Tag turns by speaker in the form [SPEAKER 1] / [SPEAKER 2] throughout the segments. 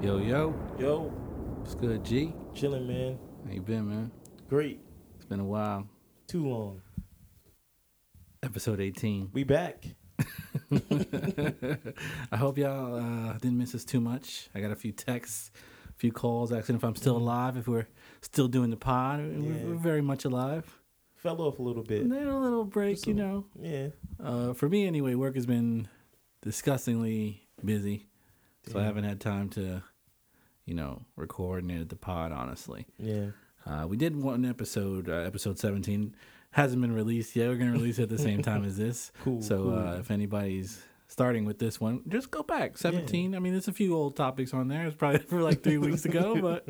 [SPEAKER 1] Yo,
[SPEAKER 2] Yo,
[SPEAKER 1] what's good, G?
[SPEAKER 2] chilling, man.
[SPEAKER 1] How you been, man?
[SPEAKER 2] Great.
[SPEAKER 1] It's been a while.
[SPEAKER 2] Too long.
[SPEAKER 1] Episode 18.
[SPEAKER 2] We back.
[SPEAKER 1] I hope y'all uh, didn't miss us too much. I got a few texts, a few calls, asking if I'm still alive, if we're still doing the pod. and
[SPEAKER 2] Yeah.
[SPEAKER 1] We're, we're very much alive.
[SPEAKER 2] Fell off a little bit.
[SPEAKER 1] And then a little break, you know.
[SPEAKER 2] Yeah.
[SPEAKER 1] Uh, for me, anyway, work has been disgustingly busy. So I
[SPEAKER 2] Damn.
[SPEAKER 1] haven't had time to, you know, record and edit the pod, honestly.
[SPEAKER 2] Yeah.
[SPEAKER 1] Uh, we did one episode, uh, episode 17. Hasn't been released yet. We're going to release it at the same time as this.
[SPEAKER 2] Cool,
[SPEAKER 1] So
[SPEAKER 2] cool.
[SPEAKER 1] Uh, if anybody's starting with this one, just go back. 17. I mean, there's a few old topics on there. It's probably for like three weeks ago, but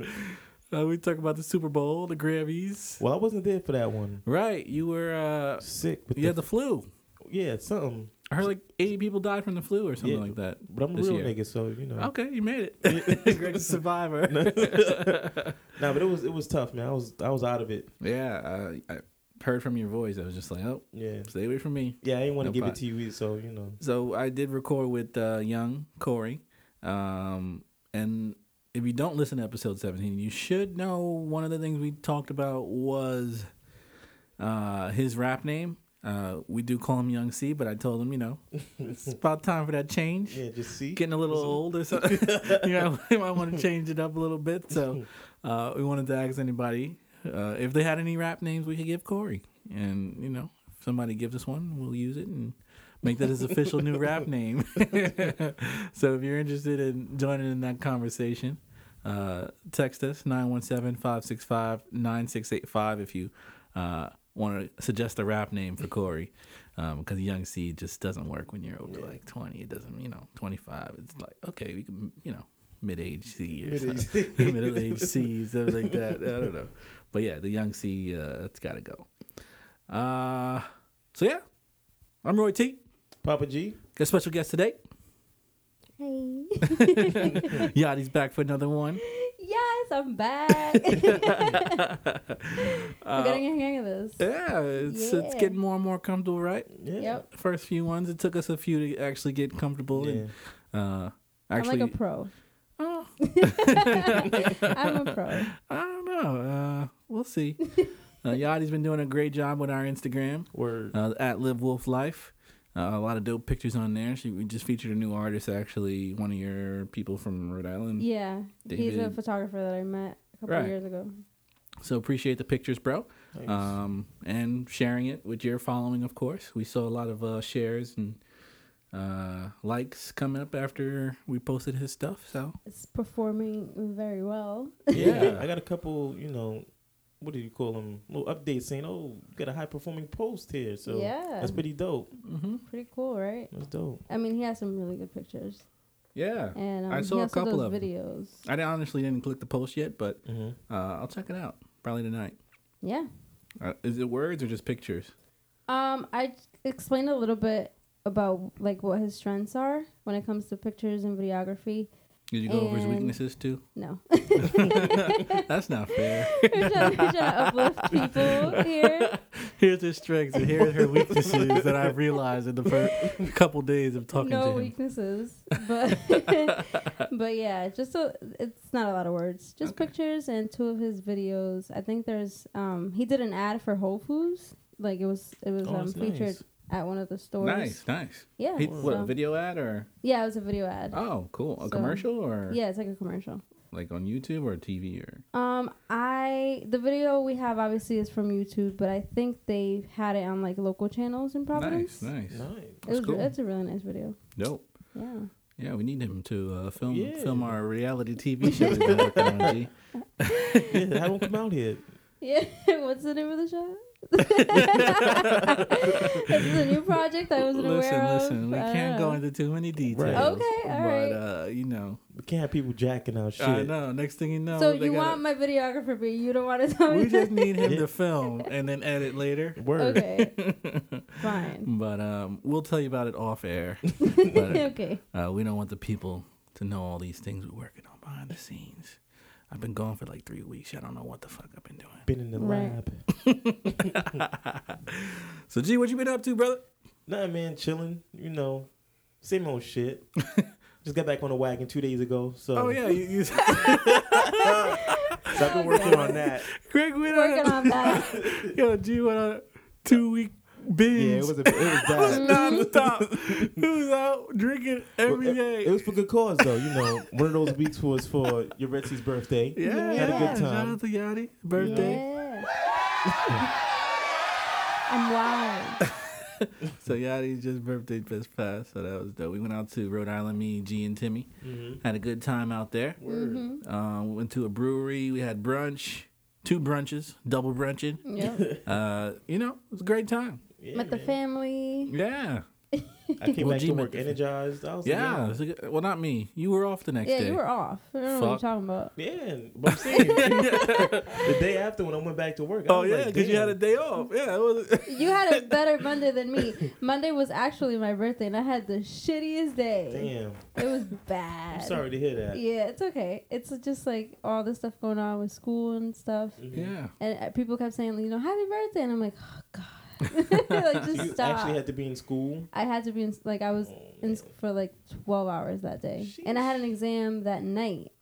[SPEAKER 1] uh, we talked about the Super Bowl, the Grammys.
[SPEAKER 2] Well, I wasn't there for that one.
[SPEAKER 1] Right. You were, uh,
[SPEAKER 2] Sick with
[SPEAKER 1] you had
[SPEAKER 2] the,
[SPEAKER 1] the flu.
[SPEAKER 2] yeah, something.
[SPEAKER 1] I heard like 80 people died from the flu or something
[SPEAKER 2] Yeah,
[SPEAKER 1] like that.
[SPEAKER 2] But I'm a
[SPEAKER 1] this
[SPEAKER 2] real
[SPEAKER 1] year. Oh.
[SPEAKER 2] nigga, so you know.
[SPEAKER 1] Okay, you made it. Greatest survivor.
[SPEAKER 2] Nah, but it was it was tough, man. I was I was out of it.
[SPEAKER 1] yeah, I, I heard from your voice. I was just like, oh,
[SPEAKER 2] Yeah.
[SPEAKER 1] stay away from me.
[SPEAKER 2] Yeah, I didn't want to
[SPEAKER 1] No
[SPEAKER 2] give
[SPEAKER 1] pot.
[SPEAKER 2] it to you either, so you know.
[SPEAKER 1] So I did record with uh, young Corey, um, and if you don't listen to episode seventeen, you should know one of the things we talked about was uh, his rap name. Uh, we do call him Young C, but I told him, you know, it's about time for that change.
[SPEAKER 2] Yeah, just see.
[SPEAKER 1] Getting a little old or something. you know, I want to change it up a little bit. So uh, we wanted to ask anybody uh, if they had any rap names we could give Corey. And, you know, if somebody gives us one, we'll use it and make that his official new rap name. so if you're interested in joining in that conversation, uh, text us 917-565-9685 if you uh, want to suggest a rap name for Corey. Because Young C just doesn't work when you're over like 20. It doesn't, you know, 25. It's like, okay, we can, you know, mid-age C or
[SPEAKER 2] Mid-age
[SPEAKER 1] something. middle-age C, something like that. I don't know. But yeah, the Young C, uh, it's got to go. Uh, so yeah, I'm Roy T.
[SPEAKER 2] Papa G.
[SPEAKER 1] Got a special guest today.
[SPEAKER 3] Hey.
[SPEAKER 1] Yachty's back for another one.
[SPEAKER 3] Yes, I'm back. We're getting a hang of this.
[SPEAKER 1] Yeah, it's it's
[SPEAKER 3] Yeah.
[SPEAKER 1] getting more and more comfortable, right?
[SPEAKER 2] Yeah.
[SPEAKER 3] Yep.
[SPEAKER 1] First few ones, it took us a few to actually get comfortable
[SPEAKER 2] Yeah.
[SPEAKER 1] and uh, actually.
[SPEAKER 3] I'm like a pro.
[SPEAKER 1] Oh,
[SPEAKER 3] I'm a pro.
[SPEAKER 1] I don't know. Uh, we'll see. uh, Yachty's been doing a great job with our Instagram
[SPEAKER 2] Word.
[SPEAKER 1] uh, at Live Wolf Life. Uh, a lot of dope pictures on there. She we just featured a new artist, actually, one of your people from Rhode Island.
[SPEAKER 3] Yeah. He's a
[SPEAKER 1] David.
[SPEAKER 3] photographer that I met a couple
[SPEAKER 1] Right.
[SPEAKER 3] years ago.
[SPEAKER 1] So appreciate the pictures, bro.
[SPEAKER 2] Thanks.
[SPEAKER 1] um, and sharing it with your following, of course. We saw a lot of uh, shares and uh, likes coming up after we posted his stuff. So
[SPEAKER 3] It's performing very well.
[SPEAKER 2] yeah.
[SPEAKER 1] yeah.
[SPEAKER 2] I got a couple, you know, what do you call them? Little updates saying, oh, we got a high performing post here. So
[SPEAKER 3] yeah.
[SPEAKER 2] that's pretty dope.
[SPEAKER 3] Pretty cool, right?
[SPEAKER 2] That's dope.
[SPEAKER 3] I mean, he has some really good pictures.
[SPEAKER 1] yeah,
[SPEAKER 3] And um,
[SPEAKER 1] I saw
[SPEAKER 3] he
[SPEAKER 1] a
[SPEAKER 3] also
[SPEAKER 1] couple
[SPEAKER 3] does
[SPEAKER 1] of 'em.
[SPEAKER 3] videos.
[SPEAKER 1] I di- honestly didn't click the post yet, but
[SPEAKER 2] Mm-hmm.
[SPEAKER 1] uh, I'll check it out probably tonight.
[SPEAKER 3] Yeah.
[SPEAKER 1] Uh, is it words or just pictures?
[SPEAKER 3] Um, I explained a little bit about like what his strengths are when it comes to pictures and videography.
[SPEAKER 1] Did you go over his
[SPEAKER 3] And-
[SPEAKER 1] weaknesses too?
[SPEAKER 3] No.
[SPEAKER 1] That's not fair.
[SPEAKER 3] we're, trying, we're trying to uplift people here.
[SPEAKER 1] here's her strengths and here's her weaknesses that I've realized in the first couple days of talking
[SPEAKER 3] no
[SPEAKER 1] to him.
[SPEAKER 3] weaknesses, but but yeah, just a, it's not a lot of words. Just pictures and two of his videos. I think there's um he did an ad for Whole Foods. Like it was it was
[SPEAKER 2] Oh,
[SPEAKER 3] um
[SPEAKER 2] that's nice.
[SPEAKER 3] featured at one of the stores.
[SPEAKER 1] Nice, nice.
[SPEAKER 3] Yeah.
[SPEAKER 1] He- what
[SPEAKER 3] so-
[SPEAKER 1] a video ad or
[SPEAKER 3] Yeah, it was a video ad.
[SPEAKER 1] oh, cool, a
[SPEAKER 3] So-
[SPEAKER 1] commercial or
[SPEAKER 3] Yeah, it's like a commercial.
[SPEAKER 1] like on YouTube or TV or
[SPEAKER 3] Um, I the video we have obviously is from YouTube, but I think they had it on like local channels in Providence.
[SPEAKER 1] Nice, nice.
[SPEAKER 2] Nice.
[SPEAKER 3] It was
[SPEAKER 1] That's cool.
[SPEAKER 3] it's a really nice video.
[SPEAKER 1] Nope.
[SPEAKER 3] Yeah.
[SPEAKER 1] Yeah, we need him to uh, film
[SPEAKER 2] Yeah.
[SPEAKER 1] film our reality TV show. we've been working on, G.
[SPEAKER 2] yeah, have them come out here.
[SPEAKER 3] Yeah, what's the name of the show? this is a new project I wasn't
[SPEAKER 1] listen,
[SPEAKER 3] aware of.
[SPEAKER 1] listen, we
[SPEAKER 3] I
[SPEAKER 1] can't
[SPEAKER 3] don't
[SPEAKER 1] go
[SPEAKER 3] know.
[SPEAKER 1] into too many details.
[SPEAKER 3] uh, Okay, all
[SPEAKER 1] but,
[SPEAKER 3] right.
[SPEAKER 1] uh, you know,
[SPEAKER 2] We can't have people jacking our shit.
[SPEAKER 1] I know. Next thing you know,
[SPEAKER 3] So
[SPEAKER 1] they
[SPEAKER 3] you want
[SPEAKER 1] gotta-
[SPEAKER 3] my videographer, but you don't want to tell me.
[SPEAKER 1] we just need him
[SPEAKER 2] Yeah.
[SPEAKER 1] to film and then edit later.
[SPEAKER 2] Word.
[SPEAKER 3] okay, fine.
[SPEAKER 1] But um, we'll tell you about it off air. But,
[SPEAKER 3] okay,
[SPEAKER 1] uh, we don't want the people to know all these things we're working on behind the scenes. I've been gone for like three weeks. I don't know what the fuck I've been doing.
[SPEAKER 2] Been in the
[SPEAKER 3] Right.
[SPEAKER 2] lab.
[SPEAKER 1] So, G, what you been up to, brother?
[SPEAKER 2] Nah, man, chilling. You know, same old shit. Just Just got back on the wagon two days ago. So,
[SPEAKER 1] Oh yeah, you, you,
[SPEAKER 2] so I've been working on that.
[SPEAKER 1] Greg went on,
[SPEAKER 3] Working on that.
[SPEAKER 1] a, yo, G went on a two week binge.
[SPEAKER 4] Yeah, it was a, it was bad.
[SPEAKER 1] nonstop. he was out drinking every
[SPEAKER 2] It-
[SPEAKER 1] day.
[SPEAKER 2] It, was for good cause though. You know, one of those weeks was for your Betsy's birthday.
[SPEAKER 1] yeah,
[SPEAKER 2] had a good
[SPEAKER 1] yeah. Shout
[SPEAKER 2] time.
[SPEAKER 1] out to Yachty
[SPEAKER 3] Mm,
[SPEAKER 1] birthday.
[SPEAKER 3] Yeah. I'm wild.
[SPEAKER 1] So Yachty's just birthday just passed, so that was dope. We went out to Rhode Island, me, G, and Timmy.
[SPEAKER 2] Mm-hmm.
[SPEAKER 1] Had a good time out there.
[SPEAKER 3] hmm
[SPEAKER 1] Um, went to a brewery. We had brunch, two brunches, double brunching.
[SPEAKER 3] Yep.
[SPEAKER 1] Uh, you know, it was a great time.
[SPEAKER 2] Yeah,
[SPEAKER 3] Met the
[SPEAKER 2] man.
[SPEAKER 3] family.
[SPEAKER 1] Yeah,
[SPEAKER 2] I came
[SPEAKER 1] Well,
[SPEAKER 2] back
[SPEAKER 1] G
[SPEAKER 2] to
[SPEAKER 1] met
[SPEAKER 2] work
[SPEAKER 1] the fam-
[SPEAKER 2] energized. I was
[SPEAKER 1] yeah. it
[SPEAKER 2] Like,
[SPEAKER 1] was a good- well, not me. You were off the next
[SPEAKER 3] Yeah,
[SPEAKER 1] day.
[SPEAKER 3] you were off. I don't know what you're
[SPEAKER 1] Fuck.
[SPEAKER 3] talking about.
[SPEAKER 2] yeah. yeah, but I'm saying the day after when I went back to work. I
[SPEAKER 1] Oh
[SPEAKER 2] was
[SPEAKER 1] yeah,
[SPEAKER 2] like,
[SPEAKER 1] because you had a
[SPEAKER 2] damn.
[SPEAKER 1] day off. Yeah, it was.
[SPEAKER 3] You had a better Monday than me. Monday was actually my birthday, and I had the shittiest day.
[SPEAKER 2] Damn,
[SPEAKER 3] It was bad.
[SPEAKER 2] I'm sorry to hear that.
[SPEAKER 3] Yeah, it's okay. It's just like all this stuff going on with school and stuff.
[SPEAKER 2] Mm-hmm.
[SPEAKER 1] yeah.
[SPEAKER 3] And uh, people kept saying, you know, happy birthday. And I'm like, oh, God. like,
[SPEAKER 2] So
[SPEAKER 3] just
[SPEAKER 2] you
[SPEAKER 3] stop.
[SPEAKER 2] actually had to be in school.
[SPEAKER 3] I had to be in, like, I was
[SPEAKER 2] Oh,
[SPEAKER 3] in
[SPEAKER 2] man.
[SPEAKER 3] s- for like 12 hours that day. And I had an exam that night.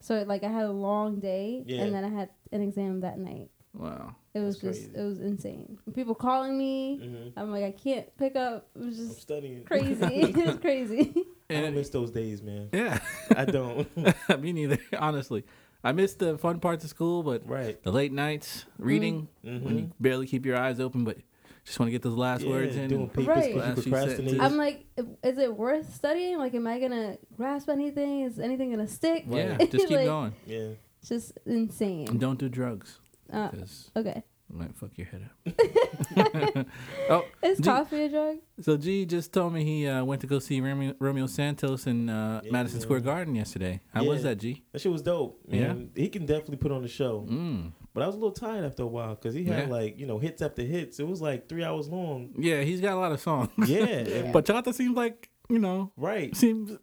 [SPEAKER 3] So, like, I had a long day,
[SPEAKER 2] Yeah.
[SPEAKER 3] and then I had an exam that night.
[SPEAKER 1] Wow.
[SPEAKER 3] It was
[SPEAKER 1] That's
[SPEAKER 3] just,
[SPEAKER 1] crazy.
[SPEAKER 3] it was insane. People calling me.
[SPEAKER 2] Mhm.
[SPEAKER 3] I'm like, I can't pick up. It was
[SPEAKER 2] I'm
[SPEAKER 3] just
[SPEAKER 2] studying.
[SPEAKER 3] crazy. it was crazy.
[SPEAKER 2] I don't
[SPEAKER 1] And
[SPEAKER 2] miss those days, man.
[SPEAKER 1] yeah,
[SPEAKER 2] I don't.
[SPEAKER 1] me neither. Honestly, I miss the fun parts of school, but
[SPEAKER 2] right.
[SPEAKER 1] the late nights reading when
[SPEAKER 2] Mm-hmm.
[SPEAKER 1] you barely keep your eyes open, but just want to get those last
[SPEAKER 2] Yeah,
[SPEAKER 1] words in.
[SPEAKER 2] doing papers
[SPEAKER 3] Right.
[SPEAKER 2] because
[SPEAKER 1] Last
[SPEAKER 2] you
[SPEAKER 1] few sentences.
[SPEAKER 2] procrastinate.
[SPEAKER 3] I'm like, is it worth studying? Like, am I gonna grasp anything? Is anything gonna stick?
[SPEAKER 1] yeah,
[SPEAKER 2] Right.
[SPEAKER 1] just keep
[SPEAKER 3] Like-
[SPEAKER 1] going.
[SPEAKER 2] Yeah.
[SPEAKER 3] It's just
[SPEAKER 1] And
[SPEAKER 3] insane.
[SPEAKER 1] don't do drugs
[SPEAKER 3] Uh,
[SPEAKER 1] because
[SPEAKER 3] okay,
[SPEAKER 1] it might fuck your head up.
[SPEAKER 3] is
[SPEAKER 1] Do-
[SPEAKER 3] coffee a drug?
[SPEAKER 1] So G just told me he uh, went to go see Romeo, Romeo Santos in uh,
[SPEAKER 2] Yeah,
[SPEAKER 1] Madison
[SPEAKER 2] man.
[SPEAKER 1] Square Garden yesterday. How was
[SPEAKER 2] Yeah.
[SPEAKER 1] that, G?
[SPEAKER 2] That shit was dope.
[SPEAKER 1] Yeah.
[SPEAKER 2] Man. He can definitely put on the show.
[SPEAKER 1] Mm.
[SPEAKER 2] But I was a little tired after a while because he had
[SPEAKER 1] Yeah.
[SPEAKER 2] like, you know, hits after hits. It was like three hours long.
[SPEAKER 1] Yeah, he's got a lot of songs.
[SPEAKER 2] Yeah.
[SPEAKER 3] Yeah.
[SPEAKER 2] and-
[SPEAKER 1] Bachata seems like you know
[SPEAKER 2] right.
[SPEAKER 1] seems.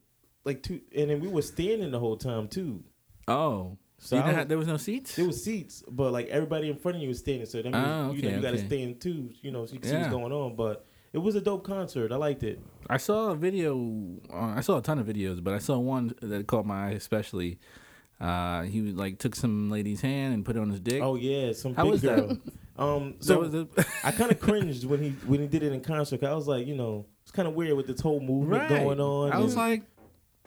[SPEAKER 2] Like two and then we were standing the whole time too.
[SPEAKER 1] Oh,
[SPEAKER 2] So
[SPEAKER 1] you
[SPEAKER 2] I
[SPEAKER 1] didn't
[SPEAKER 2] was-
[SPEAKER 1] have- there was no seats.
[SPEAKER 2] there was seats, but like everybody in front of you was standing. So that means
[SPEAKER 1] Ah,
[SPEAKER 2] you know
[SPEAKER 1] okay,
[SPEAKER 2] you gotta
[SPEAKER 1] okay.
[SPEAKER 2] stand too, you know, so you can see
[SPEAKER 1] Yeah.
[SPEAKER 2] what's going on. But it was a dope concert. I liked it.
[SPEAKER 1] I saw a video. Uh, I saw a ton of videos, but I saw one that caught my eye especially. Uh, he was, like took some lady's hand and put it on his dick.
[SPEAKER 2] Oh yeah, some
[SPEAKER 1] How
[SPEAKER 2] big
[SPEAKER 1] was that?
[SPEAKER 2] girl. Um
[SPEAKER 1] so
[SPEAKER 2] so
[SPEAKER 1] was a,
[SPEAKER 2] I kind of cringed when he when he did it in concert. 'cause I was like, you know, it's kind of weird with this whole movement
[SPEAKER 1] right
[SPEAKER 2] going on.
[SPEAKER 1] I was
[SPEAKER 2] and-
[SPEAKER 1] like,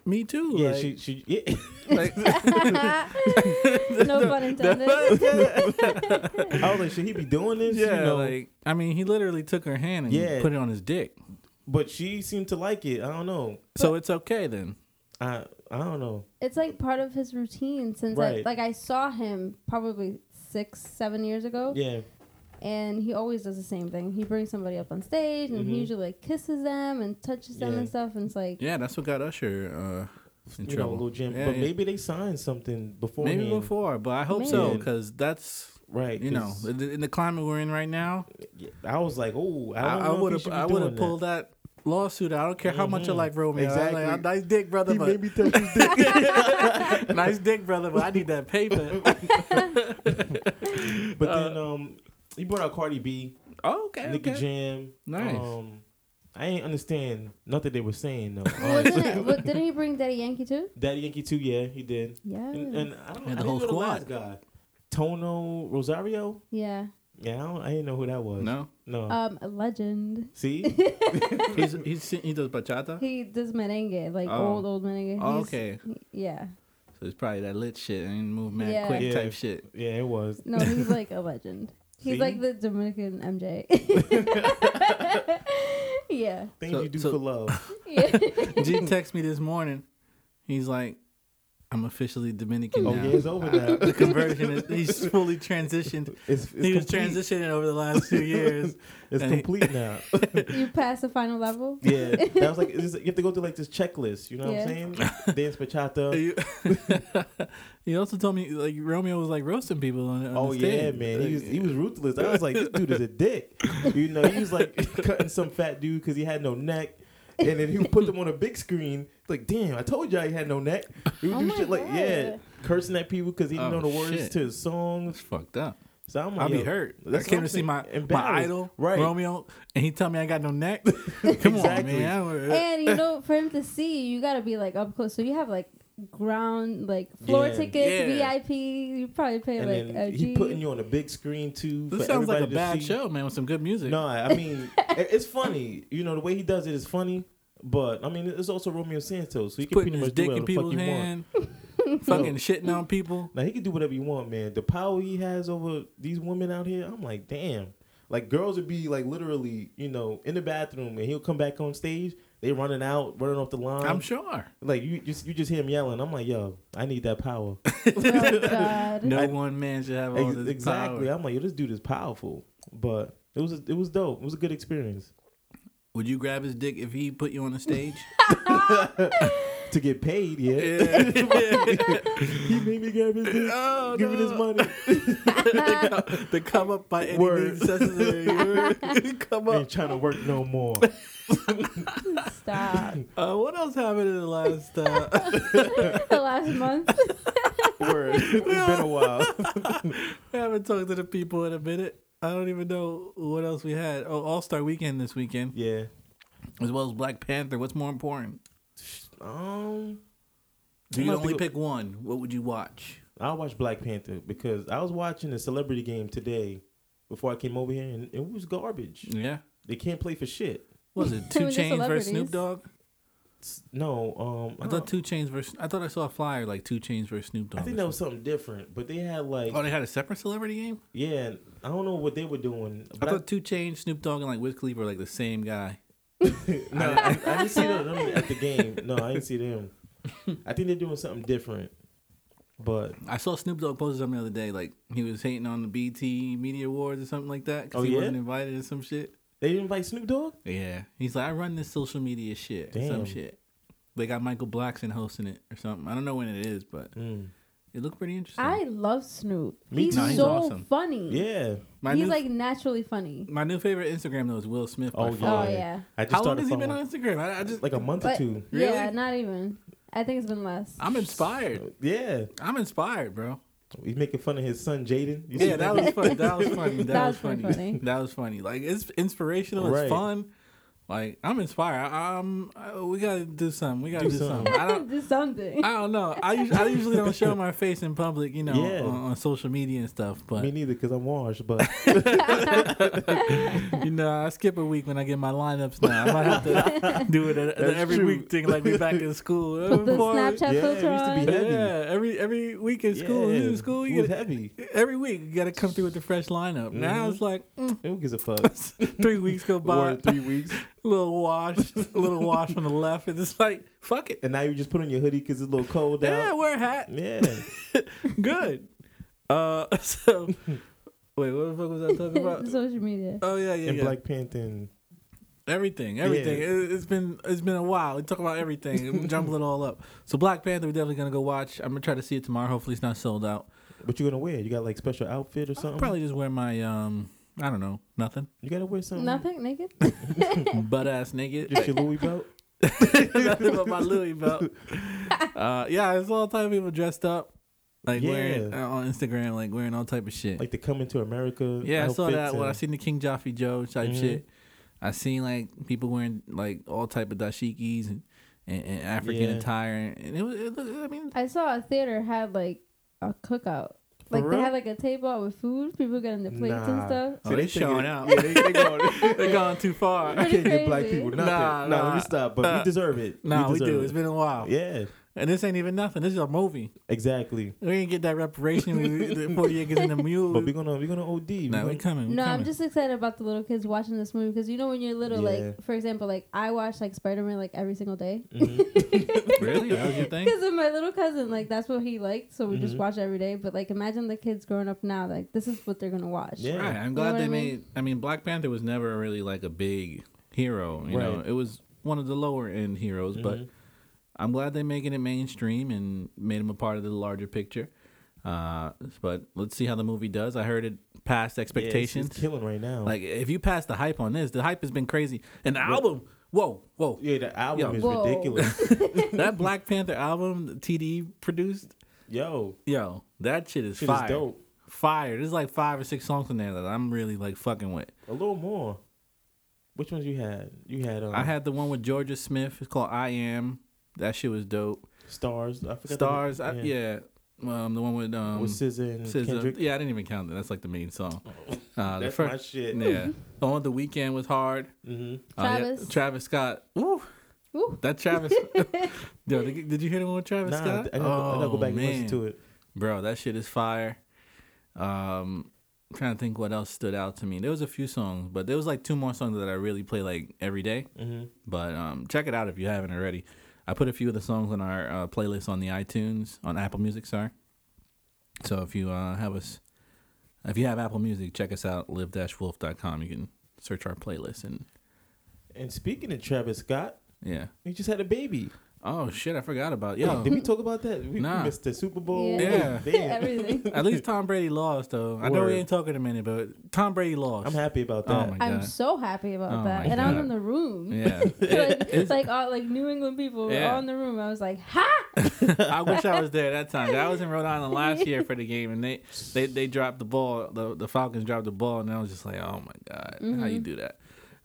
[SPEAKER 1] me too.
[SPEAKER 2] yeah,
[SPEAKER 1] like,
[SPEAKER 2] she, she, yeah.
[SPEAKER 1] like-
[SPEAKER 3] no pun intended.
[SPEAKER 2] I was like, should he be doing this?
[SPEAKER 1] yeah,
[SPEAKER 2] you know?
[SPEAKER 1] like I mean, he literally took her hand and
[SPEAKER 2] Yeah.
[SPEAKER 1] put it on his dick.
[SPEAKER 2] but she seemed to like it. I don't know.
[SPEAKER 1] So it's okay then.
[SPEAKER 2] I I don't know.
[SPEAKER 3] it's like part of his routine since
[SPEAKER 2] Right.
[SPEAKER 3] I, like I saw him probably six, seven years ago,
[SPEAKER 2] Yeah,
[SPEAKER 3] and he always does the same thing. He brings somebody up on stage, and he
[SPEAKER 2] Mhm.
[SPEAKER 3] usually like, kisses them and touches them
[SPEAKER 2] Yeah.
[SPEAKER 3] and stuff, and it's like,
[SPEAKER 1] Yeah, that's what got Usher uh, in
[SPEAKER 2] you know, a
[SPEAKER 1] trouble.
[SPEAKER 2] little jam.
[SPEAKER 1] Yeah,
[SPEAKER 2] but
[SPEAKER 1] yeah.
[SPEAKER 2] maybe they signed something before.
[SPEAKER 1] Maybe before, but I hope so
[SPEAKER 2] Maybe.
[SPEAKER 1] because that's
[SPEAKER 2] Right.
[SPEAKER 1] you know
[SPEAKER 2] 'cause
[SPEAKER 1] in the- in the climate we're in right now.
[SPEAKER 2] I was like, oh, I, don't
[SPEAKER 1] I
[SPEAKER 2] know if he
[SPEAKER 1] would have.
[SPEAKER 2] should be
[SPEAKER 1] I would
[SPEAKER 2] doing
[SPEAKER 1] have
[SPEAKER 2] that.
[SPEAKER 1] pulled that. lawsuit. I don't care how much you
[SPEAKER 2] Mhm.
[SPEAKER 1] like Romeo. Exactly.
[SPEAKER 2] Exactly.
[SPEAKER 1] Like, nice dick, brother.
[SPEAKER 4] He
[SPEAKER 1] but
[SPEAKER 4] made me touch his dick.
[SPEAKER 1] nice dick, brother. But I need that Uh, paper.
[SPEAKER 2] But then um, he brought out Cardi B,
[SPEAKER 1] oh, okay.
[SPEAKER 2] Nicki
[SPEAKER 1] okay.
[SPEAKER 2] Jam.
[SPEAKER 1] Nice.
[SPEAKER 2] Um, I ain't understand nothing they were saying though.
[SPEAKER 1] Oh,
[SPEAKER 2] Uh,
[SPEAKER 3] wasn't it? What, didn't he bring Daddy Yankee too?
[SPEAKER 2] Daddy Yankee too. Yeah, he did.
[SPEAKER 3] Yeah,
[SPEAKER 2] And, and I don't
[SPEAKER 1] Yeah, the
[SPEAKER 2] I
[SPEAKER 1] whole
[SPEAKER 2] didn't
[SPEAKER 1] squad.
[SPEAKER 2] know the last guy. Tono Rosario?
[SPEAKER 3] yeah.
[SPEAKER 2] Yeah, I, don't, I didn't know who that was.
[SPEAKER 1] No,
[SPEAKER 2] No.
[SPEAKER 3] Um, a legend.
[SPEAKER 2] See?
[SPEAKER 1] he's, he's he does bachata.
[SPEAKER 3] He does merengue, like
[SPEAKER 1] Oh.
[SPEAKER 3] old old merengue.
[SPEAKER 1] Oh,
[SPEAKER 3] He's-
[SPEAKER 1] okay,
[SPEAKER 3] Yeah.
[SPEAKER 1] so it's probably that lit shit and move man
[SPEAKER 3] Yeah.
[SPEAKER 1] quick
[SPEAKER 2] Yeah.
[SPEAKER 1] type shit.
[SPEAKER 2] Yeah, it was.
[SPEAKER 3] No, he's like a legend. He's
[SPEAKER 2] See?
[SPEAKER 3] like the Dominican MJ. yeah.
[SPEAKER 2] Things
[SPEAKER 1] So-
[SPEAKER 2] you do
[SPEAKER 1] so-
[SPEAKER 2] for love.
[SPEAKER 3] Yeah.
[SPEAKER 1] G texted me this morning. He's like, "I'm officially Dominican
[SPEAKER 2] Oh,
[SPEAKER 1] now."
[SPEAKER 2] yeah, it's over now.
[SPEAKER 1] the conversion is he's fully transitioned.
[SPEAKER 2] It's, it's
[SPEAKER 1] he was
[SPEAKER 2] complete.
[SPEAKER 1] transitioning over the last few years.
[SPEAKER 2] It's
[SPEAKER 1] and he-
[SPEAKER 2] complete now.
[SPEAKER 3] you pass the final level.
[SPEAKER 2] yeah. That was like, it's, you have to go through like this checklist. You know what I'm saying? Dance bachata.
[SPEAKER 1] You- he also told me like Romeo was like roasting people on, on
[SPEAKER 2] Oh
[SPEAKER 1] the
[SPEAKER 2] yeah,
[SPEAKER 1] stage.
[SPEAKER 2] man, he was he was ruthless. I was like, this dude is a dick. You know, he was like cutting some fat dude because he had no neck, and then he would put them on a big screen. Like, damn, I told y'all he had no neck. He would
[SPEAKER 3] Oh
[SPEAKER 2] do
[SPEAKER 3] my
[SPEAKER 2] shit like, yeah,
[SPEAKER 3] God.
[SPEAKER 2] cursing at people because he didn't
[SPEAKER 1] Oh,
[SPEAKER 2] know the words
[SPEAKER 1] shit.
[SPEAKER 2] to his songs.
[SPEAKER 1] It's fucked up.
[SPEAKER 2] So I'm like,
[SPEAKER 1] I'll
[SPEAKER 2] yo,
[SPEAKER 1] be hurt. I
[SPEAKER 2] that's what
[SPEAKER 1] came
[SPEAKER 2] I'm
[SPEAKER 1] to see
[SPEAKER 2] saying.
[SPEAKER 1] my my
[SPEAKER 2] Embarrassed.
[SPEAKER 1] idol,
[SPEAKER 2] Right.
[SPEAKER 1] Romeo, and he tell me I got no neck. Come on,
[SPEAKER 2] Exactly.
[SPEAKER 1] man. I don't-
[SPEAKER 3] And you know, for him to see, you gotta be like up close. So you have like ground, like floor
[SPEAKER 2] Yeah.
[SPEAKER 3] tickets,
[SPEAKER 1] Yeah.
[SPEAKER 3] VIP. You probably pay
[SPEAKER 2] And
[SPEAKER 3] like
[SPEAKER 2] then
[SPEAKER 3] a
[SPEAKER 2] he
[SPEAKER 3] G.
[SPEAKER 2] putting you on a big screen too.
[SPEAKER 1] This
[SPEAKER 2] for
[SPEAKER 1] sounds like a
[SPEAKER 2] everybody to
[SPEAKER 1] bad
[SPEAKER 2] see.
[SPEAKER 1] show, man, with some good music.
[SPEAKER 2] No, I mean it- it's funny. You know the way he does it is funny, but I mean it's also Romeo Santos, so he can
[SPEAKER 1] putting
[SPEAKER 2] pretty
[SPEAKER 1] his
[SPEAKER 2] much do
[SPEAKER 1] dick in
[SPEAKER 2] whatever the
[SPEAKER 1] people's
[SPEAKER 2] fuck he want.
[SPEAKER 1] hand, fucking shitting on people.
[SPEAKER 2] Now he can do whatever you want, man. The power he has over these women out here, I'm like, damn. Like girls would be like literally, you know, in the bathroom, and he'll come back on stage. They running out, running off the line.
[SPEAKER 1] I'm sure.
[SPEAKER 2] Like you just you just hear him yelling. I'm like, yo, I need that power.
[SPEAKER 3] oh, God.
[SPEAKER 1] No one man should have all
[SPEAKER 2] Ex-
[SPEAKER 1] this
[SPEAKER 2] exactly.
[SPEAKER 1] power.
[SPEAKER 2] I'm like, yo, this dude is powerful. But it was it was dope. It was a good experience
[SPEAKER 1] Would you grab his dick if he put you on the stage?
[SPEAKER 2] to get paid. Yeah, he made me grab his dick,
[SPEAKER 1] Oh,
[SPEAKER 2] give me
[SPEAKER 1] no.
[SPEAKER 2] this money.
[SPEAKER 1] the, come, the Oh, come up by any
[SPEAKER 2] Word.
[SPEAKER 1] means necessary. Word. come up.
[SPEAKER 2] Ain't trying to work no more.
[SPEAKER 3] Stop.
[SPEAKER 1] Uh, what else happened in the last? Uh,
[SPEAKER 3] Last month.
[SPEAKER 2] Word. It's been a while.
[SPEAKER 1] I haven't talked to the people in a minute. I don't even know what else we had. Oh, All Star Weekend this weekend,
[SPEAKER 2] Yeah.
[SPEAKER 1] as well as Black Panther. What's more important?
[SPEAKER 2] Um,
[SPEAKER 1] If you
[SPEAKER 2] I'm
[SPEAKER 1] could
[SPEAKER 2] gonna
[SPEAKER 1] only
[SPEAKER 2] think
[SPEAKER 1] pick one, what would you watch?
[SPEAKER 2] I'll watch Black Panther because I was watching the celebrity game today before I came over here, and it was garbage.
[SPEAKER 1] Yeah.
[SPEAKER 2] They can't play for shit.
[SPEAKER 1] Was it Two
[SPEAKER 3] Who's the
[SPEAKER 1] Chains versus Snoop
[SPEAKER 3] celebrities?
[SPEAKER 1] Dogg?
[SPEAKER 2] It's- No, um,
[SPEAKER 1] I
[SPEAKER 2] I,
[SPEAKER 1] thought
[SPEAKER 2] don't-
[SPEAKER 1] Two Chains versus. I thought I saw a flyer like Two Chains versus Snoop Dogg.
[SPEAKER 2] I think
[SPEAKER 1] or
[SPEAKER 2] that was something different, but they had like,
[SPEAKER 1] something. Oh, they had a separate celebrity game.
[SPEAKER 2] yeah, I don't know what they were doing.
[SPEAKER 1] I
[SPEAKER 2] But I,
[SPEAKER 1] thought Two Chains, Snoop Dogg, and like Wiz Khalifa were like the same guy.
[SPEAKER 2] no, I, I didn't see them at the game. No, I didn't see them. I think they're doing something different, but
[SPEAKER 1] I saw Snoop Dogg posted something the other day, like he was hating on the BT Media Awards or something like that because
[SPEAKER 2] Oh,
[SPEAKER 1] he
[SPEAKER 2] yeah?
[SPEAKER 1] wasn't invited or some shit.
[SPEAKER 2] they didn't invite Snoop Dogg.
[SPEAKER 1] Yeah, he's like, I run this social media shit, or some
[SPEAKER 2] Damn.
[SPEAKER 1] shit. They got Michael Blackson hosting it or something. I don't know when it is, but
[SPEAKER 2] Mm.
[SPEAKER 1] it looked pretty interesting.
[SPEAKER 3] I love Snoop.
[SPEAKER 2] Me
[SPEAKER 3] he's
[SPEAKER 2] too. No,
[SPEAKER 1] he's
[SPEAKER 3] so
[SPEAKER 1] awesome.
[SPEAKER 3] funny.
[SPEAKER 2] Yeah.
[SPEAKER 1] my
[SPEAKER 3] he's
[SPEAKER 1] new,
[SPEAKER 3] like naturally funny.
[SPEAKER 1] my new favorite Instagram though is Will Smith. by
[SPEAKER 2] Oh
[SPEAKER 1] far.
[SPEAKER 2] yeah.
[SPEAKER 3] Oh, yeah.
[SPEAKER 2] I just
[SPEAKER 1] How long
[SPEAKER 2] started
[SPEAKER 1] has he been
[SPEAKER 2] following-
[SPEAKER 1] on Instagram? I, I just
[SPEAKER 2] Like a month or
[SPEAKER 3] But
[SPEAKER 2] two.
[SPEAKER 3] yeah,
[SPEAKER 1] Really?
[SPEAKER 3] not even. I think it's been less.
[SPEAKER 1] I'm inspired.
[SPEAKER 2] Yeah.
[SPEAKER 1] I'm inspired, bro.
[SPEAKER 2] He's making fun of his son Jaden. You see
[SPEAKER 1] Yeah, that was funny. That was funny. That,
[SPEAKER 3] That
[SPEAKER 1] was
[SPEAKER 3] was pretty
[SPEAKER 1] funny.
[SPEAKER 3] funny.
[SPEAKER 1] That was funny. Like it's inspirational. It's
[SPEAKER 2] Right.
[SPEAKER 1] fun. Like I'm inspired. I, I'm. I, we gotta do something. We gotta do,
[SPEAKER 2] Do
[SPEAKER 1] something.
[SPEAKER 2] something.
[SPEAKER 1] I don't.
[SPEAKER 3] Do something.
[SPEAKER 1] I don't know. I usually, I usually don't show my face in public, you know,
[SPEAKER 2] Yeah.
[SPEAKER 1] on, on social media and stuff. But
[SPEAKER 2] Me neither, because I'm washed. But
[SPEAKER 1] you know, I skip a week when I get my lineups now. I might have to do it at, at
[SPEAKER 2] That's
[SPEAKER 1] every
[SPEAKER 2] true.
[SPEAKER 1] week thing, like we back in school.
[SPEAKER 3] Put the
[SPEAKER 1] Before-
[SPEAKER 3] Snapchat
[SPEAKER 2] Yeah,
[SPEAKER 3] filter
[SPEAKER 2] it used to be
[SPEAKER 3] on.
[SPEAKER 2] heavy.
[SPEAKER 1] Yeah, every every week in school,
[SPEAKER 2] yeah,
[SPEAKER 1] you in school,
[SPEAKER 2] it
[SPEAKER 1] you
[SPEAKER 2] was
[SPEAKER 1] get
[SPEAKER 2] heavy.
[SPEAKER 1] every week you got to come through with a fresh lineup. Now
[SPEAKER 2] Mhm.
[SPEAKER 1] it's like mm,
[SPEAKER 2] Who gives a fuck?
[SPEAKER 1] three weeks go
[SPEAKER 2] Or
[SPEAKER 1] by,
[SPEAKER 2] three weeks,
[SPEAKER 1] little wash, a little wash on the left, and it's like fuck it.
[SPEAKER 2] and now you just put on your hoodie because it's a little cold
[SPEAKER 1] Yeah,
[SPEAKER 2] out.
[SPEAKER 1] wear a hat.
[SPEAKER 2] Yeah,
[SPEAKER 1] Good. Uh, so wait, what the fuck was I talking about?
[SPEAKER 3] Social media.
[SPEAKER 1] Oh yeah, yeah,
[SPEAKER 2] and
[SPEAKER 1] yeah.
[SPEAKER 2] Black Panther. And,
[SPEAKER 1] everything, everything.
[SPEAKER 2] Yeah.
[SPEAKER 1] It, it's been it's been a while. We talk about everything, jumble it all up. So Black Panther, we're definitely gonna go watch. I'm gonna try to see it tomorrow. Hopefully, it's not sold out.
[SPEAKER 2] what you gonna wear? You got like special outfit or
[SPEAKER 1] I'll
[SPEAKER 2] something?
[SPEAKER 1] probably just wear my um, I don't know, nothing,
[SPEAKER 2] You gotta wear something.
[SPEAKER 3] Nothing naked.
[SPEAKER 1] butt ass naked,
[SPEAKER 2] Just your Louis belt.
[SPEAKER 1] nothing but my Louis belt. Uh, yeah, it's all type of people dressed up, like
[SPEAKER 2] Yeah.
[SPEAKER 1] wearing uh, on Instagram, like wearing all type of shit.
[SPEAKER 2] Like the coming to America.
[SPEAKER 1] yeah, I saw
[SPEAKER 2] outfits
[SPEAKER 1] that. When I
[SPEAKER 2] and-
[SPEAKER 1] seen the King Joffrey Joe type
[SPEAKER 2] Mhm.
[SPEAKER 1] shit, I seen like people wearing like all type of dashikis and. And, and African
[SPEAKER 2] Yeah.
[SPEAKER 1] attire, and it was. It, looked- I mean,
[SPEAKER 3] I saw a theater had like a cookout. Like they
[SPEAKER 2] real?
[SPEAKER 3] had like a table out with food. People getting the plates and
[SPEAKER 2] Nah.
[SPEAKER 3] stuff.
[SPEAKER 1] Oh,
[SPEAKER 2] So
[SPEAKER 1] they,
[SPEAKER 2] they
[SPEAKER 1] showing
[SPEAKER 2] thinking-
[SPEAKER 1] out.
[SPEAKER 2] Yeah, they, they going.
[SPEAKER 1] They're going too
[SPEAKER 2] you
[SPEAKER 1] far.
[SPEAKER 3] Pretty
[SPEAKER 2] can't give black
[SPEAKER 3] crazy.
[SPEAKER 2] people nothing.
[SPEAKER 1] Nah,
[SPEAKER 2] Nah,
[SPEAKER 1] nah.
[SPEAKER 2] let me stop. But
[SPEAKER 1] Uh,
[SPEAKER 2] we deserve it.
[SPEAKER 1] No, we,
[SPEAKER 2] deserve
[SPEAKER 1] do.
[SPEAKER 2] It.
[SPEAKER 1] It's been a while.
[SPEAKER 2] yeah,
[SPEAKER 1] And this ain't even nothing. This is a movie.
[SPEAKER 2] exactly.
[SPEAKER 1] We ain't get that reparation. We- the 40 acres in the mule.
[SPEAKER 2] But we're gonna we're gonna OD. We
[SPEAKER 1] nah,
[SPEAKER 2] gonna-
[SPEAKER 1] we coming. We
[SPEAKER 3] No,
[SPEAKER 1] coming.
[SPEAKER 3] I'm just excited about the little kids watching this movie because you know when you're little,
[SPEAKER 2] Yeah.
[SPEAKER 3] like for example, like I watch like Spider Man like every single day
[SPEAKER 2] Mhm.
[SPEAKER 1] Really? That was your thing?
[SPEAKER 3] because of my little cousin. Like that's what he liked, so we just
[SPEAKER 2] Mhm.
[SPEAKER 3] watch it every day. But like imagine the kids growing up now, like this is what they're gonna watch.
[SPEAKER 2] Yeah.
[SPEAKER 1] Right. I'm
[SPEAKER 3] know
[SPEAKER 1] glad
[SPEAKER 3] what
[SPEAKER 1] they
[SPEAKER 3] I mean?
[SPEAKER 1] made. I mean, Black Panther was never really like a big hero. You know,
[SPEAKER 2] Right.
[SPEAKER 1] it was one of the lower end heroes. But
[SPEAKER 2] Mhm.
[SPEAKER 1] I'm glad they're making it mainstream and made him a part of the larger picture. Uh, but let's see how the movie does. I heard it passed expectations.
[SPEAKER 2] Yeah, it's- it's killing right now.
[SPEAKER 1] Like if you pass the hype on this, the hype has been crazy. And the album, whoa, whoa,
[SPEAKER 2] yeah, the album
[SPEAKER 1] Yo.
[SPEAKER 2] is
[SPEAKER 3] Whoa.
[SPEAKER 2] ridiculous.
[SPEAKER 1] that Black Panther album that TDE produced,
[SPEAKER 2] Yo,
[SPEAKER 1] yo, that shit is
[SPEAKER 2] shit
[SPEAKER 1] fire.
[SPEAKER 2] is dope.
[SPEAKER 1] fire. There's like five or six songs in there that I'm really like fucking with.
[SPEAKER 2] A little more. Which ones you had? You had um,
[SPEAKER 1] I had the one with Georgia Smith. It's called I Am. That shit was dope.
[SPEAKER 2] stars. I forgot
[SPEAKER 1] Stars.
[SPEAKER 2] The,
[SPEAKER 1] I, yeah. Um, the one with um,
[SPEAKER 2] with SZA and
[SPEAKER 1] SZA.
[SPEAKER 2] Kendrick. Oh.
[SPEAKER 1] Yeah, I didn't even count that. That's like the main song. Uh,
[SPEAKER 2] That's
[SPEAKER 1] the
[SPEAKER 2] my
[SPEAKER 1] first,
[SPEAKER 2] shit.
[SPEAKER 1] yeah. The one with the weekend was hard.
[SPEAKER 2] hmm
[SPEAKER 1] Uh, yeah,
[SPEAKER 3] Travis.
[SPEAKER 1] Travis Scott. Ooh,
[SPEAKER 3] Ooh.
[SPEAKER 1] that Travis. Yo, did, did you hear the one with Travis
[SPEAKER 2] Nah, I
[SPEAKER 1] Scott?
[SPEAKER 2] gotta, I gotta go back and listen
[SPEAKER 1] Oh, man.
[SPEAKER 2] to it.
[SPEAKER 1] bro that shit is fire um I'm trying to think what else stood out to me there was a few songs but there was like two more songs that i really play like every day.
[SPEAKER 2] Mm-hmm.
[SPEAKER 1] but um check it out if you haven't already i put a few of the songs on our uh, playlist on the itunes on apple music sorry so if you uh have us if you have apple music check us out live-wolf.com you can search our playlist and
[SPEAKER 2] And speaking of Travis Scott,
[SPEAKER 1] yeah
[SPEAKER 2] he just had a baby.
[SPEAKER 1] oh shit i forgot about
[SPEAKER 2] Yeah.
[SPEAKER 1] yo
[SPEAKER 2] Did we talk about that? We we
[SPEAKER 1] Oh. Nah.
[SPEAKER 2] missed the Super Bowl.
[SPEAKER 1] Yeah.
[SPEAKER 2] Oh, damn.
[SPEAKER 3] Everything.
[SPEAKER 1] at least tom brady lost though i know
[SPEAKER 2] Word.
[SPEAKER 1] we ain't talking a minute but tom brady lost
[SPEAKER 2] I'm happy about
[SPEAKER 1] Oh
[SPEAKER 2] that.
[SPEAKER 1] my
[SPEAKER 3] I'm
[SPEAKER 1] God.
[SPEAKER 3] so happy about
[SPEAKER 1] Oh
[SPEAKER 3] that.
[SPEAKER 1] my
[SPEAKER 3] And I was
[SPEAKER 1] God.
[SPEAKER 3] in the room.
[SPEAKER 1] yeah
[SPEAKER 3] like,
[SPEAKER 1] It's-
[SPEAKER 3] it's like all like New England people were
[SPEAKER 1] Yeah.
[SPEAKER 3] all in the room. I was like, ha!
[SPEAKER 1] I wish I was there that time. I was in Rhode Island last year for the game, and they they, they dropped the ball. The, the Falcons dropped the ball, and I was just like, oh my god, how you do that?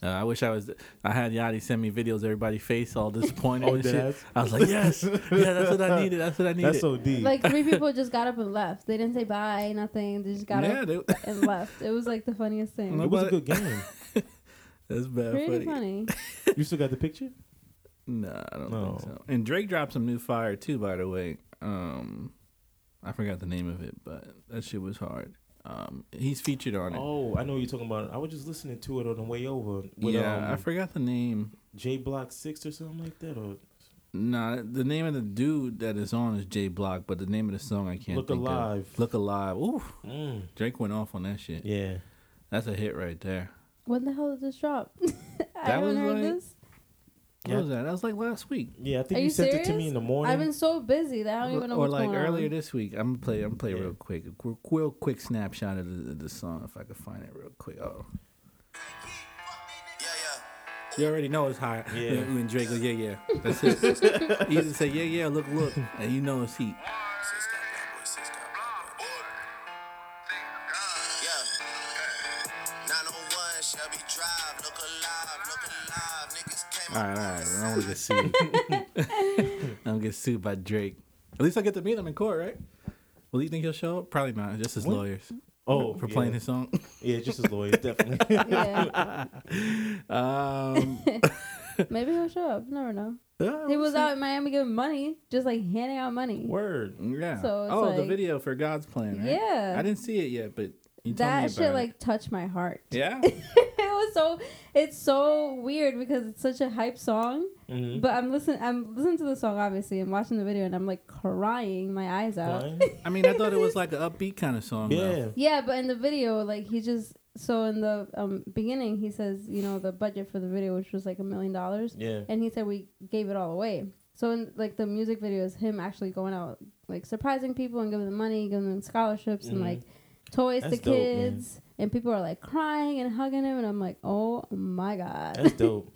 [SPEAKER 1] Uh, I wish I was. I had Yadi send me videos. of Everybody face all disappointed.
[SPEAKER 2] Oh,
[SPEAKER 1] and shit.
[SPEAKER 2] that's-
[SPEAKER 1] I was like, yes, yeah, that's what I needed. That's what I needed.
[SPEAKER 2] That's so deep.
[SPEAKER 3] Like three people just got up and left. They didn't say bye, nothing. They just got
[SPEAKER 1] yeah,
[SPEAKER 3] up
[SPEAKER 1] they,
[SPEAKER 3] and left. It was like the funniest thing.
[SPEAKER 1] No,
[SPEAKER 2] it was a
[SPEAKER 1] but-
[SPEAKER 2] good game.
[SPEAKER 1] that's bad.
[SPEAKER 3] Pretty
[SPEAKER 1] Funny.
[SPEAKER 3] funny.
[SPEAKER 2] you still got the picture?
[SPEAKER 1] No, I don't
[SPEAKER 2] No.
[SPEAKER 1] think so. And Drake dropped some new fire too, by the way. Um, I forgot the name of it, but that shit was hard. Um, he's featured on it.
[SPEAKER 2] Oh, I know what you're talking about. I was just listening to it on the way over. With,
[SPEAKER 1] yeah,
[SPEAKER 2] um,
[SPEAKER 1] I forgot the name.
[SPEAKER 2] J Block Six or something like that, or
[SPEAKER 1] Nah, the name of the dude that is on is J Block, but the name of the song I can't
[SPEAKER 2] Look
[SPEAKER 1] think
[SPEAKER 2] Alive.
[SPEAKER 1] Of. Look alive. Ooh,
[SPEAKER 2] Mm.
[SPEAKER 1] Drake went off on that shit.
[SPEAKER 2] Yeah,
[SPEAKER 1] That's a hit right there.
[SPEAKER 3] When the hell did this drop? I
[SPEAKER 1] That was
[SPEAKER 3] haven't heard
[SPEAKER 1] like-
[SPEAKER 3] this.
[SPEAKER 1] What
[SPEAKER 2] Yeah.
[SPEAKER 1] was that? That was like last week,
[SPEAKER 2] yeah. I think
[SPEAKER 3] Are
[SPEAKER 2] you,
[SPEAKER 3] you
[SPEAKER 2] sent it to
[SPEAKER 3] serious?
[SPEAKER 2] me in the morning.
[SPEAKER 3] I've been so busy that I don't even know
[SPEAKER 1] or
[SPEAKER 3] what's
[SPEAKER 1] like
[SPEAKER 3] going
[SPEAKER 1] earlier
[SPEAKER 3] on.
[SPEAKER 1] this week. I'm gonna play. I'm gonna play
[SPEAKER 2] Yeah.
[SPEAKER 1] real quick. A qu- real quick snapshot of the, the song if I can find it real quick. Oh,
[SPEAKER 5] Yeah, yeah.
[SPEAKER 1] you already know it's hot.
[SPEAKER 2] Yeah.
[SPEAKER 1] when Drake goes, yeah, yeah. That's it. you just say, yeah, yeah. Look, look, and you know it's heat.
[SPEAKER 5] Six got black boy, six got black boy. Yeah. 901 Shelby Drive, look alive, look alive. Niggas came
[SPEAKER 1] All right, all right. I don't want to get sued. I don't get sued by Drake. At least I get to meet him in court, right? Will you think he'll show up? Probably not. Just his lawyers
[SPEAKER 2] oh,
[SPEAKER 1] for
[SPEAKER 2] yeah.
[SPEAKER 1] playing his song.
[SPEAKER 2] Yeah, just as lawyers, definitely.
[SPEAKER 3] Yeah.
[SPEAKER 1] Um,
[SPEAKER 3] Maybe he'll show up. Never know.
[SPEAKER 1] yeah,
[SPEAKER 3] He was out in Miami giving money, just like handing out money.
[SPEAKER 2] Word.
[SPEAKER 1] yeah.
[SPEAKER 3] So it's
[SPEAKER 1] oh, the
[SPEAKER 3] like-
[SPEAKER 1] video for God's plan. Right?
[SPEAKER 3] Yeah.
[SPEAKER 1] I didn't see it yet, but you told me
[SPEAKER 3] That
[SPEAKER 1] about
[SPEAKER 3] shit
[SPEAKER 1] it.
[SPEAKER 3] like touched my heart.
[SPEAKER 1] yeah.
[SPEAKER 3] it was so it's so weird because it's such a hype song.
[SPEAKER 2] Mhm.
[SPEAKER 3] But I'm listening I'm listening to the song obviously and watching the video and I'm like crying my eyes out.
[SPEAKER 2] Fine.
[SPEAKER 1] I mean, I thought it was like an upbeat kind of song.
[SPEAKER 2] Yeah.
[SPEAKER 3] Yeah, but in the video, like he just so in the um, beginning he says, you know, the budget for the video which was like a million dollars.
[SPEAKER 2] Yeah.
[SPEAKER 3] And he said we gave it all away. So in like the music video is him actually going out like surprising people and giving them money, giving them scholarships
[SPEAKER 2] Mhm.
[SPEAKER 3] and like toys
[SPEAKER 2] That's
[SPEAKER 3] to
[SPEAKER 2] dope, man.
[SPEAKER 3] kids. and people are like crying and hugging him and I'm like, Oh my god.
[SPEAKER 2] That's dope.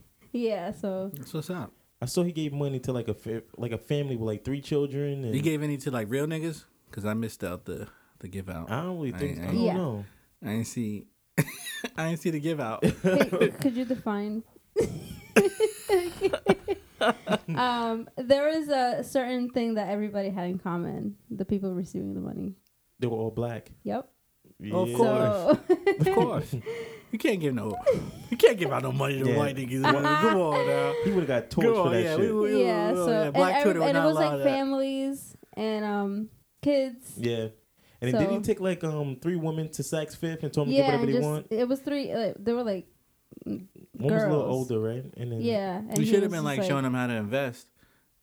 [SPEAKER 3] yeah, so
[SPEAKER 1] Though. That's what's up.
[SPEAKER 2] I saw he gave money to like a fa- like a family with like three children. And
[SPEAKER 1] He gave any to like real niggas because I missed out the the give out.
[SPEAKER 2] I don't really think. I, don't
[SPEAKER 3] Yeah.
[SPEAKER 2] know.
[SPEAKER 1] I didn't see. I didn't see the give out.
[SPEAKER 3] Hey, could you define? um, there is a certain thing that everybody had in common: the people receiving the money.
[SPEAKER 2] They were all black.
[SPEAKER 3] Yep.
[SPEAKER 1] Of
[SPEAKER 2] Yeah.
[SPEAKER 1] course.
[SPEAKER 3] So
[SPEAKER 1] Of course. you can't give no you can't give out no money to
[SPEAKER 2] Yeah.
[SPEAKER 1] white niggas. Come on now.
[SPEAKER 2] He would have got torched
[SPEAKER 1] Come
[SPEAKER 2] for
[SPEAKER 1] on,
[SPEAKER 2] that
[SPEAKER 1] yeah.
[SPEAKER 2] shit.
[SPEAKER 1] We, we, we-
[SPEAKER 3] yeah,
[SPEAKER 1] we-
[SPEAKER 3] so
[SPEAKER 1] yeah,
[SPEAKER 3] and,
[SPEAKER 1] Black
[SPEAKER 3] every-
[SPEAKER 1] Twitter would
[SPEAKER 3] and it
[SPEAKER 1] not
[SPEAKER 3] was
[SPEAKER 1] allow
[SPEAKER 3] like
[SPEAKER 1] that.
[SPEAKER 3] families and um kids.
[SPEAKER 2] yeah. And then did he
[SPEAKER 3] So-
[SPEAKER 2] take like um three women to Saks Fifth and told them
[SPEAKER 3] Yeah,
[SPEAKER 2] to get
[SPEAKER 3] and
[SPEAKER 2] whatever they
[SPEAKER 3] just
[SPEAKER 2] want?
[SPEAKER 3] it was three. Uh, they were like
[SPEAKER 2] One was a little
[SPEAKER 3] girls.
[SPEAKER 2] older, right? And then
[SPEAKER 3] yeah. And
[SPEAKER 1] You
[SPEAKER 3] he
[SPEAKER 1] should have
[SPEAKER 3] was
[SPEAKER 1] been
[SPEAKER 3] just
[SPEAKER 1] like, showing them how to invest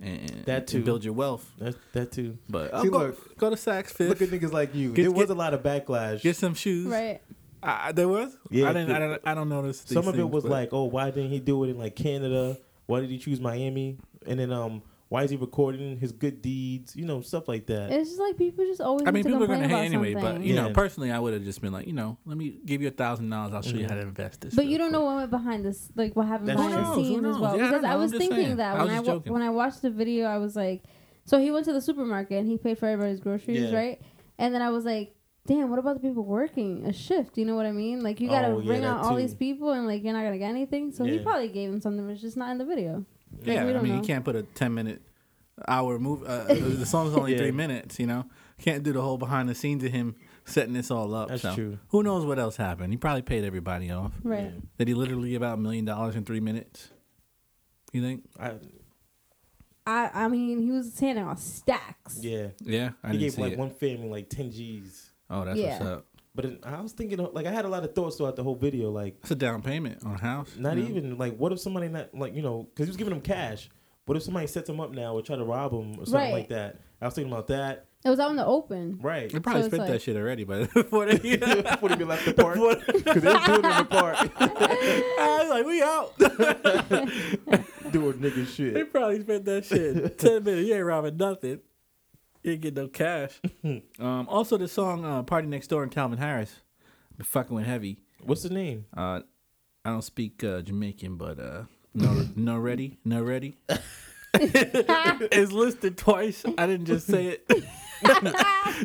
[SPEAKER 1] and and-
[SPEAKER 2] That
[SPEAKER 1] and
[SPEAKER 2] too.
[SPEAKER 1] build your wealth.
[SPEAKER 2] That that too.
[SPEAKER 1] But
[SPEAKER 2] See,
[SPEAKER 1] I'll go,
[SPEAKER 2] look.
[SPEAKER 1] go to Saks Fifth,
[SPEAKER 2] Look at niggas like you.
[SPEAKER 1] Get-
[SPEAKER 2] there was
[SPEAKER 1] get-
[SPEAKER 2] a lot of backlash.
[SPEAKER 1] get some shoes.
[SPEAKER 3] right.
[SPEAKER 1] I, I- there was.
[SPEAKER 2] Yeah,
[SPEAKER 1] I didn't. I
[SPEAKER 2] the-
[SPEAKER 1] don't. I don't notice. these
[SPEAKER 2] Some of it
[SPEAKER 1] things,
[SPEAKER 2] was
[SPEAKER 1] but-
[SPEAKER 2] like, oh, why didn't he do it in like Canada? Why did he choose Miami? And then um, why is he recording his good deeds? You know, stuff like that.
[SPEAKER 3] It's just like people just always.
[SPEAKER 1] I mean,
[SPEAKER 3] need to
[SPEAKER 1] people are
[SPEAKER 3] complain
[SPEAKER 1] gonna hate
[SPEAKER 3] about
[SPEAKER 1] anyway. But
[SPEAKER 3] something.
[SPEAKER 1] you know,
[SPEAKER 2] Yeah.
[SPEAKER 1] personally, I would have just been like, you know, let me give you a thousand dollars. I'll show you
[SPEAKER 2] Mhm.
[SPEAKER 1] how to invest this.
[SPEAKER 3] But
[SPEAKER 1] real
[SPEAKER 3] you don't
[SPEAKER 1] quick.
[SPEAKER 3] know what went behind this, like what happened
[SPEAKER 2] That's
[SPEAKER 3] behind
[SPEAKER 2] true.
[SPEAKER 3] the
[SPEAKER 2] Who
[SPEAKER 3] scenes
[SPEAKER 1] knows?
[SPEAKER 3] as well.
[SPEAKER 1] Yeah, I
[SPEAKER 3] because
[SPEAKER 1] don't
[SPEAKER 3] I
[SPEAKER 1] know.
[SPEAKER 3] was
[SPEAKER 1] I'm just
[SPEAKER 3] thinking
[SPEAKER 1] saying.
[SPEAKER 3] that
[SPEAKER 1] I was
[SPEAKER 3] when I
[SPEAKER 1] just
[SPEAKER 3] wa-
[SPEAKER 1] joking.
[SPEAKER 3] when I watched the video, I was like, so he went to the supermarket and he paid for everybody's groceries,
[SPEAKER 2] Yeah.
[SPEAKER 3] right? And then I was like, damn, what about the people working a shift? You know what I mean? Like you gotta
[SPEAKER 2] Oh, yeah,
[SPEAKER 3] bring
[SPEAKER 2] that
[SPEAKER 3] out all
[SPEAKER 2] too.
[SPEAKER 3] these people, and like you're not gonna get anything. So he
[SPEAKER 2] Yeah.
[SPEAKER 3] probably gave him something that's just not in the video.
[SPEAKER 1] Yeah,
[SPEAKER 3] We
[SPEAKER 1] I
[SPEAKER 3] don't
[SPEAKER 1] mean,
[SPEAKER 3] know.
[SPEAKER 1] you can't put a ten minute hour move. Uh, the song's only
[SPEAKER 2] Yeah.
[SPEAKER 1] three minutes. You know, can't do the whole behind the scenes of him setting this all up.
[SPEAKER 2] That's
[SPEAKER 1] so.
[SPEAKER 2] true.
[SPEAKER 1] Who knows what else happened? He probably paid everybody off.
[SPEAKER 3] Right.
[SPEAKER 1] Did he literally give out a million dollars in three minutes? You think?
[SPEAKER 2] I,
[SPEAKER 3] I I mean, he was handing out stacks.
[SPEAKER 2] yeah,
[SPEAKER 1] Yeah, I
[SPEAKER 2] he
[SPEAKER 1] didn't
[SPEAKER 2] gave
[SPEAKER 1] see
[SPEAKER 2] like
[SPEAKER 1] it.
[SPEAKER 2] one family like ten G's.
[SPEAKER 1] Oh, that's what's
[SPEAKER 3] Yeah.
[SPEAKER 1] up.
[SPEAKER 2] But it, I was thinking, like, I had a lot of thoughts throughout the whole video. Like,
[SPEAKER 1] That's a down payment on a house.
[SPEAKER 2] not
[SPEAKER 1] you know?
[SPEAKER 2] even like, what if somebody not like, you know, because he was giving him cash. What if somebody sets him up now or try to rob him or something
[SPEAKER 3] Right.
[SPEAKER 2] like that? I was thinking about that.
[SPEAKER 3] It was out in the open.
[SPEAKER 2] Right.
[SPEAKER 1] They probably
[SPEAKER 3] So it's
[SPEAKER 1] spent that
[SPEAKER 3] like-
[SPEAKER 1] shit already, but before they,
[SPEAKER 2] Before they left the park, because they was doing it in the park,
[SPEAKER 1] I was like, we out.
[SPEAKER 2] doing nigga shit.
[SPEAKER 1] They probably spent that shit ten minutes. You ain't robbing nothing. You ain't get no cash. um, also, the song uh, "Party Next Door" and Calvin Harris, been fucking with heavy.
[SPEAKER 2] What's the name?
[SPEAKER 1] Uh, I don't speak uh, Jamaican, but uh, no, no ready, no ready. it's listed twice. I didn't just say it.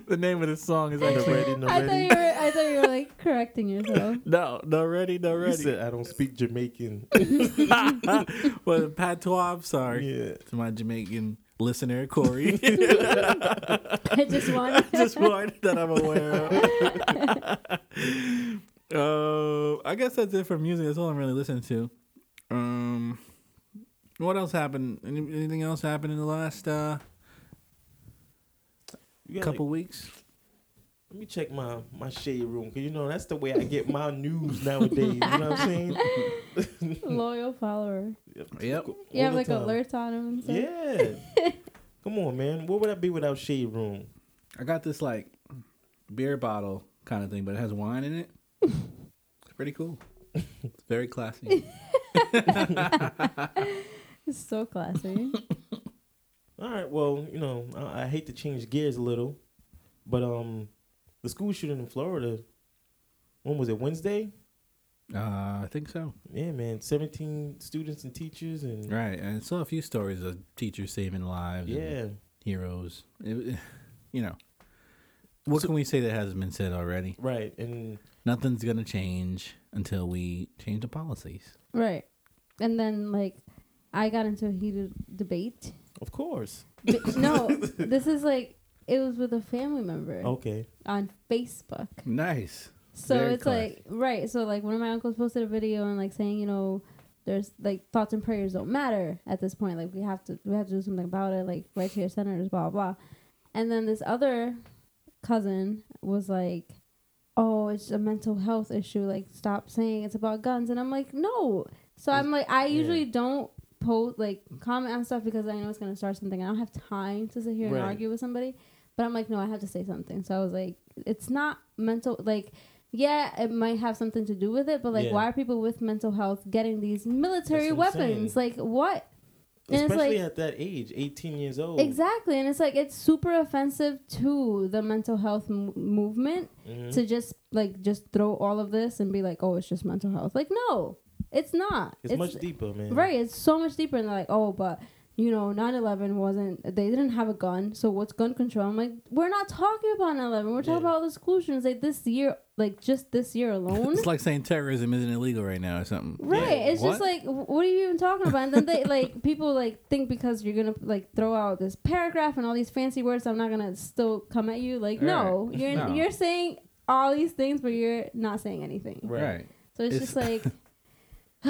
[SPEAKER 1] the name of the song is
[SPEAKER 2] No
[SPEAKER 1] actually
[SPEAKER 2] ready, no
[SPEAKER 3] I thought you
[SPEAKER 2] ready.
[SPEAKER 3] were I thought you were like correcting yourself.
[SPEAKER 1] no, no ready, no
[SPEAKER 2] You
[SPEAKER 1] ready.
[SPEAKER 2] said I don't speak Jamaican.
[SPEAKER 1] well, patois. I'm sorry
[SPEAKER 2] yeah.
[SPEAKER 1] to my Jamaican listener, Corey.
[SPEAKER 3] I just wanted.
[SPEAKER 1] just one that I'm aware of. uh, I guess that's it for music. That's all I'm really listening to. Um, what else happened? Any, anything else happened in the last uh,
[SPEAKER 2] You got,
[SPEAKER 1] couple weeks?
[SPEAKER 2] Let me check my my shade room because you know that's the way I get my news nowadays. You know what I'm saying?
[SPEAKER 3] loyal follower.
[SPEAKER 1] Yep.
[SPEAKER 3] You
[SPEAKER 2] All
[SPEAKER 3] have
[SPEAKER 2] the
[SPEAKER 3] like
[SPEAKER 2] time.
[SPEAKER 3] alerts on him. And stuff.
[SPEAKER 2] Yeah. Come on, man. What would I be without shade room?
[SPEAKER 1] I got this like beer bottle kind of thing, but it has wine in it. It's pretty cool. It's very classy.
[SPEAKER 3] It's so classy.
[SPEAKER 2] All right. Well, you know, I, I hate to change gears a little, but um, the school shooting in Florida. When was it? Wednesday.
[SPEAKER 1] Uh, I think so.
[SPEAKER 2] Yeah, man. Seventeen students and teachers and
[SPEAKER 1] Right. And I saw a few stories of teachers saving lives. and-
[SPEAKER 2] yeah.
[SPEAKER 1] heroes. It- you know, what can we say that hasn't been said already?
[SPEAKER 2] Right. And
[SPEAKER 1] Nothing's gonna change until we change the policies.
[SPEAKER 3] right. And then like, I got into a heated debate.
[SPEAKER 2] of course.
[SPEAKER 3] B- no, this is like it was with a family member
[SPEAKER 2] Okay.
[SPEAKER 3] on Facebook.
[SPEAKER 1] Nice.
[SPEAKER 3] So
[SPEAKER 1] Very
[SPEAKER 3] it's like right. So like one of my uncles posted a video and like saying you know there's like thoughts and prayers don't matter at this point. Like we have to we have to do something about it. Like right to your senators, blah blah. blah. And then this other cousin was like, "Oh, it's a mental health issue. Like stop saying it's about guns." And I'm like, "No." So I'm like, I
[SPEAKER 2] Yeah.
[SPEAKER 3] usually don't post like comment on stuff because I know it's gonna start something. I don't have time to sit here
[SPEAKER 2] Right.
[SPEAKER 3] and argue with somebody. But I'm like, no, I have to say something. So I was like, it's not mental. Like, yeah, it might have something to do with it, but like,
[SPEAKER 2] Yeah.
[SPEAKER 3] why are people with mental health getting these military
[SPEAKER 2] That's what I'm
[SPEAKER 3] weapons? Like, what? And it's
[SPEAKER 2] Especially
[SPEAKER 3] like-
[SPEAKER 2] at that age, eighteen years old.
[SPEAKER 3] Exactly, and it's like it's super offensive to the mental health m- movement
[SPEAKER 2] Mhm.
[SPEAKER 3] to just like just throw all of this and be like, oh, it's just mental health. Like, no, it's not.
[SPEAKER 2] It's, much deeper, man.
[SPEAKER 3] Right, it's so much deeper. And they're like, oh, but you know, 9/11 wasn't. They didn't have a gun, so what's gun control? I'm like, we're not talking about 9/11. We're talking
[SPEAKER 2] Yeah.
[SPEAKER 3] about all the school shootings. Like this year, like just this year alone.
[SPEAKER 1] It's like saying terrorism isn't illegal right now or something.
[SPEAKER 3] Right,
[SPEAKER 2] Yeah,
[SPEAKER 3] it's
[SPEAKER 1] what?
[SPEAKER 3] just like, wh- what are you even talking about? And then they like people like think because you're gonna like throw out this paragraph and all these fancy words, I'm not gonna still come at you. Like, no, you're
[SPEAKER 1] No.
[SPEAKER 3] you're saying all these things, but you're not saying anything.
[SPEAKER 2] Right.
[SPEAKER 3] So it's,
[SPEAKER 1] It's-
[SPEAKER 3] just like,
[SPEAKER 2] I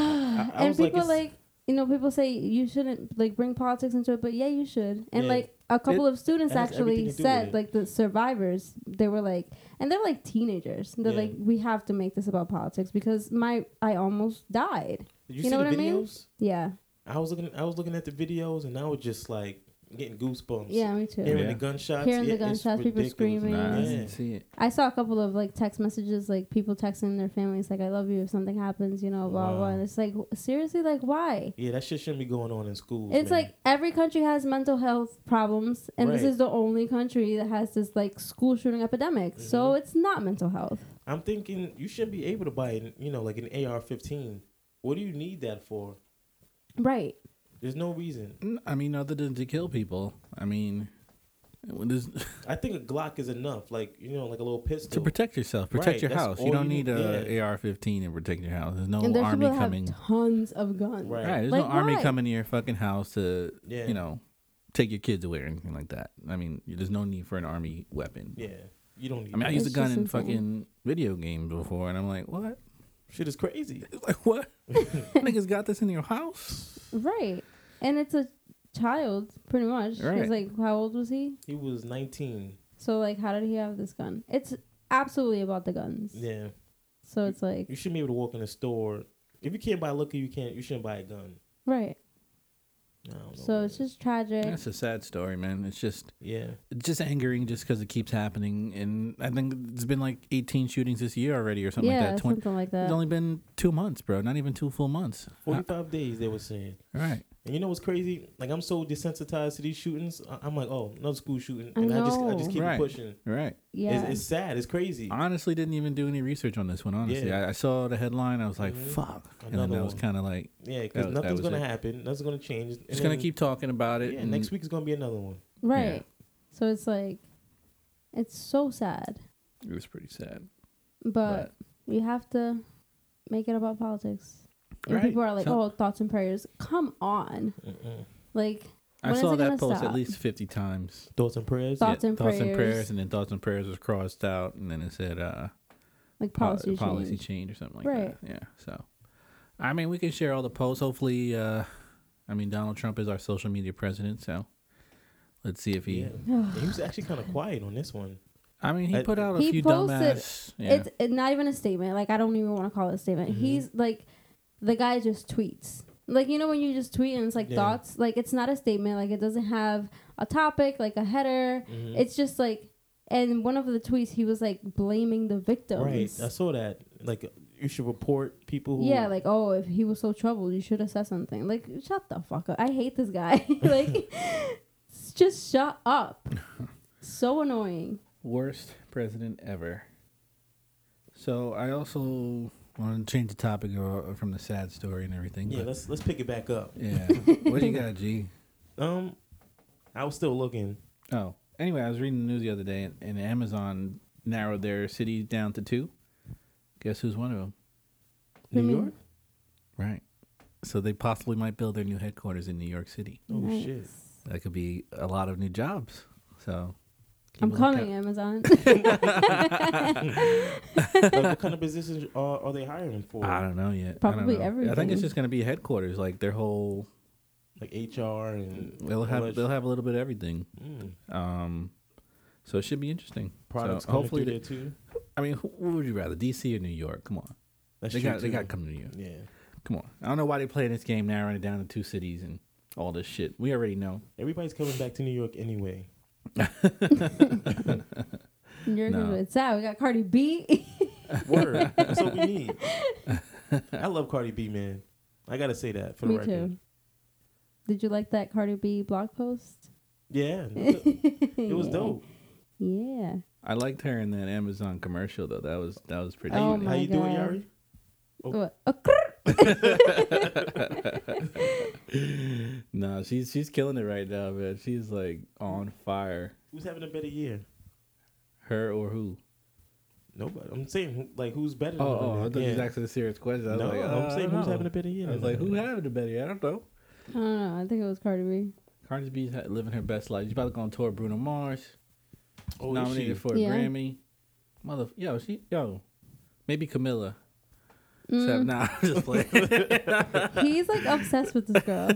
[SPEAKER 3] and
[SPEAKER 2] was like,
[SPEAKER 3] people
[SPEAKER 2] it's-
[SPEAKER 3] like, you know, people say you shouldn't like bring politics into it, but yeah, you should. And
[SPEAKER 2] Yeah.
[SPEAKER 3] like a couple of students
[SPEAKER 2] has everything
[SPEAKER 3] actually
[SPEAKER 2] to do with
[SPEAKER 3] said,
[SPEAKER 2] it.
[SPEAKER 3] like the survivors, they were like, and they're like teenagers. They're
[SPEAKER 2] Yeah.
[SPEAKER 3] like, we have to make this about politics because my I almost died.
[SPEAKER 2] Did
[SPEAKER 3] You
[SPEAKER 2] you, see
[SPEAKER 3] know
[SPEAKER 2] the
[SPEAKER 3] what I mean?
[SPEAKER 2] videos?
[SPEAKER 3] Yeah,
[SPEAKER 2] I was looking. I was looking at the videos, and I was just like getting goosebumps.
[SPEAKER 3] yeah, me too.
[SPEAKER 2] Hearing
[SPEAKER 1] Yeah.
[SPEAKER 2] the gunshots.
[SPEAKER 3] Hearing the
[SPEAKER 2] yeah, it's
[SPEAKER 3] gunshots, people
[SPEAKER 2] ridiculous,
[SPEAKER 3] screaming.
[SPEAKER 1] Nah, I
[SPEAKER 2] man.
[SPEAKER 1] didn't
[SPEAKER 2] Yeah.
[SPEAKER 1] see it.
[SPEAKER 3] I saw a couple of like text messages, like people texting their families, like "I love you" if something happens, you know, blah blah.
[SPEAKER 2] Wow.
[SPEAKER 3] blah. And it's like, seriously, like why?
[SPEAKER 2] Yeah, that shit shouldn't be going on in schools.
[SPEAKER 3] It's
[SPEAKER 2] man.
[SPEAKER 3] like every country has mental health problems, and this
[SPEAKER 2] Right.
[SPEAKER 3] is the only country that has this like school shooting epidemic. So
[SPEAKER 1] Mm-hmm.
[SPEAKER 3] it's not mental health.
[SPEAKER 2] I'm thinking you should be able to buy, an, you know, like an AR-15. What do you need that for?
[SPEAKER 3] Right.
[SPEAKER 2] There's no reason.
[SPEAKER 1] N- I mean, other than to kill people. I mean, When there's-
[SPEAKER 2] I think a Glock is enough. Like you know, like a little pistol.
[SPEAKER 1] to protect yourself, protect
[SPEAKER 2] Right,
[SPEAKER 1] your
[SPEAKER 2] that's
[SPEAKER 1] house. You
[SPEAKER 2] all
[SPEAKER 1] don't
[SPEAKER 2] you
[SPEAKER 1] need
[SPEAKER 2] need-
[SPEAKER 1] a
[SPEAKER 2] yeah.
[SPEAKER 1] AR-15 to protect your house. There's no
[SPEAKER 3] and there's
[SPEAKER 1] army
[SPEAKER 3] people that
[SPEAKER 1] coming.
[SPEAKER 3] have tons of guns.
[SPEAKER 2] Right.
[SPEAKER 1] Right. There's no
[SPEAKER 3] Like,
[SPEAKER 1] army
[SPEAKER 3] why?
[SPEAKER 1] coming to your fucking house to,
[SPEAKER 2] Yeah.
[SPEAKER 1] you know, take your kids away or anything like that. I mean, there's no need for an army weapon.
[SPEAKER 2] yeah, you don't need.
[SPEAKER 1] I mean, I
[SPEAKER 2] that.
[SPEAKER 1] used a
[SPEAKER 3] It's
[SPEAKER 1] gun
[SPEAKER 3] just
[SPEAKER 1] in
[SPEAKER 3] insane.
[SPEAKER 1] fucking video games before, and I'm like, what?
[SPEAKER 2] shit is crazy.
[SPEAKER 1] Like, what? Niggas got this in your house?
[SPEAKER 3] Right. And it's a child, pretty much. 'cause,
[SPEAKER 1] Right.
[SPEAKER 3] like, how old was he?
[SPEAKER 2] He was 19.
[SPEAKER 3] So, like, how did he have this gun? It's absolutely about the guns.
[SPEAKER 2] Yeah,
[SPEAKER 3] So it's
[SPEAKER 2] you
[SPEAKER 3] like,
[SPEAKER 2] shouldn't be able to walk in a store if you can't buy liquor. You can't. You shouldn't buy a gun.
[SPEAKER 3] right.
[SPEAKER 2] I don't know,
[SPEAKER 1] Oh,
[SPEAKER 3] So it's
[SPEAKER 2] man.
[SPEAKER 3] just tragic.
[SPEAKER 1] That's a sad story, man. It's just,
[SPEAKER 2] yeah.
[SPEAKER 1] it's just angering, just because it keeps happening. And I think it's been like 18 shootings this year already, or something
[SPEAKER 3] yeah,
[SPEAKER 1] like that. 20,
[SPEAKER 3] something like
[SPEAKER 1] it's
[SPEAKER 3] that.
[SPEAKER 1] only been two months, bro. Not even two full months. Uh,
[SPEAKER 2] 45 days they were saying.
[SPEAKER 1] right.
[SPEAKER 2] And you know what's crazy? Like I'm so desensitized to these shootings. I- I'm like, oh, another school shooting,
[SPEAKER 3] I
[SPEAKER 2] and I, just I
[SPEAKER 3] know.
[SPEAKER 2] just keep it
[SPEAKER 1] Right.
[SPEAKER 2] pushing.
[SPEAKER 1] Right.
[SPEAKER 3] yeah.
[SPEAKER 2] It's, it's sad. It's crazy.
[SPEAKER 1] honestly didn't even do any research on this one. Honestly,
[SPEAKER 2] Yeah.
[SPEAKER 1] I, I saw the headline. I was like,
[SPEAKER 2] Mhm.
[SPEAKER 1] "Fuck," and
[SPEAKER 2] Another
[SPEAKER 1] then I was
[SPEAKER 2] one.
[SPEAKER 1] kind of like,
[SPEAKER 2] yeah, because
[SPEAKER 1] that- that
[SPEAKER 2] nothing's
[SPEAKER 1] was
[SPEAKER 2] gonna
[SPEAKER 1] it.
[SPEAKER 2] happen. Nothing's gonna change. And
[SPEAKER 1] "Just gonna
[SPEAKER 2] then-
[SPEAKER 1] keep talking about it."
[SPEAKER 2] Yeah,
[SPEAKER 1] and
[SPEAKER 2] next week is gonna be another one.
[SPEAKER 3] right.
[SPEAKER 1] yeah.
[SPEAKER 3] So it's like, it's so sad.
[SPEAKER 1] It was pretty sad.
[SPEAKER 3] But we have to make it about politics. And
[SPEAKER 1] Right.
[SPEAKER 3] people are like,
[SPEAKER 1] So-
[SPEAKER 3] oh, thoughts and prayers. Come on.
[SPEAKER 2] Mm-mm.
[SPEAKER 3] Like,
[SPEAKER 1] I
[SPEAKER 3] When is
[SPEAKER 1] saw
[SPEAKER 3] it
[SPEAKER 1] that
[SPEAKER 3] gonna
[SPEAKER 1] post at
[SPEAKER 3] stop?
[SPEAKER 1] least fifty times.
[SPEAKER 2] Thoughts and prayers.
[SPEAKER 3] Thoughts and
[SPEAKER 1] thoughts and prayers,
[SPEAKER 3] prayers.
[SPEAKER 1] and then thoughts and prayers was crossed out, and then it said uh,
[SPEAKER 3] like
[SPEAKER 1] pol-
[SPEAKER 3] policy,
[SPEAKER 1] policy
[SPEAKER 3] change.
[SPEAKER 1] change or something like
[SPEAKER 3] Right.
[SPEAKER 1] that. Yeah. So, I mean, we can share all the posts. Hopefully, uh, I mean, Donald Trump is our social media president, so let's see if he.
[SPEAKER 2] Yeah. he was actually kind of quiet on this one.
[SPEAKER 1] I mean, he
[SPEAKER 2] I-
[SPEAKER 1] put out a
[SPEAKER 3] He
[SPEAKER 1] few
[SPEAKER 3] posted-
[SPEAKER 1] dumbass. Yeah. Mm-hmm.
[SPEAKER 3] It's, it's not even a statement. Like I don't even want to call it a statement.
[SPEAKER 2] Mhm.
[SPEAKER 3] He's like, the guy just tweets. Like you know when you just tweet and it's like
[SPEAKER 2] Yeah.
[SPEAKER 3] thoughts. Like it's not a statement. Like it doesn't have a topic, like a header.
[SPEAKER 1] Mm-hmm.
[SPEAKER 2] Mhm.
[SPEAKER 3] It's just like, and one of the tweets he was like blaming the victims.
[SPEAKER 2] right. I saw that. Like you should report people. Who,
[SPEAKER 3] Yeah, like oh, if he was so troubled, you should have said something. Like shut the fuck up. I hate this guy. like just shut up. So annoying.
[SPEAKER 1] Worst president ever. So I also want to change the topic uh, from the sad story and everything.
[SPEAKER 2] yeah.
[SPEAKER 1] but-
[SPEAKER 2] Let's let's pick it back up.
[SPEAKER 1] yeah. what do you got, G?
[SPEAKER 2] Um, I was still looking.
[SPEAKER 1] Oh, anyway, I was reading the news the other day, and, and Amazon narrowed their cities down to two. Guess who's one of them?
[SPEAKER 2] New
[SPEAKER 3] Hmm.
[SPEAKER 2] York.
[SPEAKER 1] Right. So they possibly might build their new headquarters in New York City.
[SPEAKER 2] Oh
[SPEAKER 3] Nice.
[SPEAKER 2] shit.
[SPEAKER 1] That could be a lot of new jobs. So keep
[SPEAKER 3] I'm
[SPEAKER 1] a lookout.
[SPEAKER 3] coming, Amazon.
[SPEAKER 2] like, what kind of positions are, are they hiring for?
[SPEAKER 1] I don't know yet.
[SPEAKER 3] Probably
[SPEAKER 1] I don't know. I think
[SPEAKER 3] everything.
[SPEAKER 1] it's just going to be headquarters, like their whole.
[SPEAKER 2] Like HR and
[SPEAKER 1] They'll
[SPEAKER 2] all that
[SPEAKER 1] have they'll
[SPEAKER 2] sh-
[SPEAKER 1] have a little bit of everything.
[SPEAKER 2] Mm.
[SPEAKER 1] Um, so it should be interesting.
[SPEAKER 2] products.
[SPEAKER 1] So
[SPEAKER 2] hopefully
[SPEAKER 1] hopefully,
[SPEAKER 2] there
[SPEAKER 1] they,
[SPEAKER 2] too.
[SPEAKER 1] I mean, who, who would you rather, DC or New York? Come on,
[SPEAKER 2] That's
[SPEAKER 1] they
[SPEAKER 2] true,
[SPEAKER 1] got they
[SPEAKER 2] too.
[SPEAKER 1] got to come to New York.
[SPEAKER 2] Yeah,
[SPEAKER 1] Come on, I don't know why they playing this game now, running down to two cities and all this shit. We already know.
[SPEAKER 2] everybody's coming back to New York anyway.
[SPEAKER 3] You're
[SPEAKER 1] No.
[SPEAKER 3] gonna be sad. We got Cardi B.
[SPEAKER 2] Word. That's what we need. I love Cardi B, man. I gotta say that for the
[SPEAKER 3] Me
[SPEAKER 2] record.
[SPEAKER 3] too. Did you like that Cardi B blog post?
[SPEAKER 2] Yeah, it was- it was
[SPEAKER 3] Yeah.
[SPEAKER 2] dope.
[SPEAKER 3] Yeah.
[SPEAKER 1] I liked her in that Amazon commercial though. That was that was pretty.
[SPEAKER 2] How
[SPEAKER 3] Oh
[SPEAKER 1] good.
[SPEAKER 2] you,
[SPEAKER 3] my
[SPEAKER 2] how you doing,
[SPEAKER 3] God.
[SPEAKER 2] Yari? Oh.
[SPEAKER 3] What? A cr-
[SPEAKER 1] No, she's she's killing it right now, man. She's like on fire.
[SPEAKER 2] Who's having a better year?
[SPEAKER 1] Her or who?
[SPEAKER 2] Nobody. I'm saying who- like who's better?
[SPEAKER 1] Oh,
[SPEAKER 2] Than
[SPEAKER 1] oh
[SPEAKER 2] her?
[SPEAKER 1] I thought you
[SPEAKER 2] yeah.
[SPEAKER 1] was asking a serious question. I was
[SPEAKER 2] No,
[SPEAKER 1] like, uh,
[SPEAKER 2] I'm saying
[SPEAKER 1] I don't
[SPEAKER 2] who's
[SPEAKER 1] know.
[SPEAKER 2] having a better year?
[SPEAKER 1] I was like, who having the better? I don't know.
[SPEAKER 3] I don't know. I think it was Cardi B.
[SPEAKER 1] Cardi B's ha- living her best life. She's about to go on tour. with Bruno Mars
[SPEAKER 2] Oh, is she?
[SPEAKER 1] nominated for a
[SPEAKER 3] Yeah.
[SPEAKER 1] Grammy. Mother, yo, she, yo, maybe Camilla.
[SPEAKER 3] Mm.
[SPEAKER 1] Except nah, I'm just playing.
[SPEAKER 3] He's like obsessed with this girl.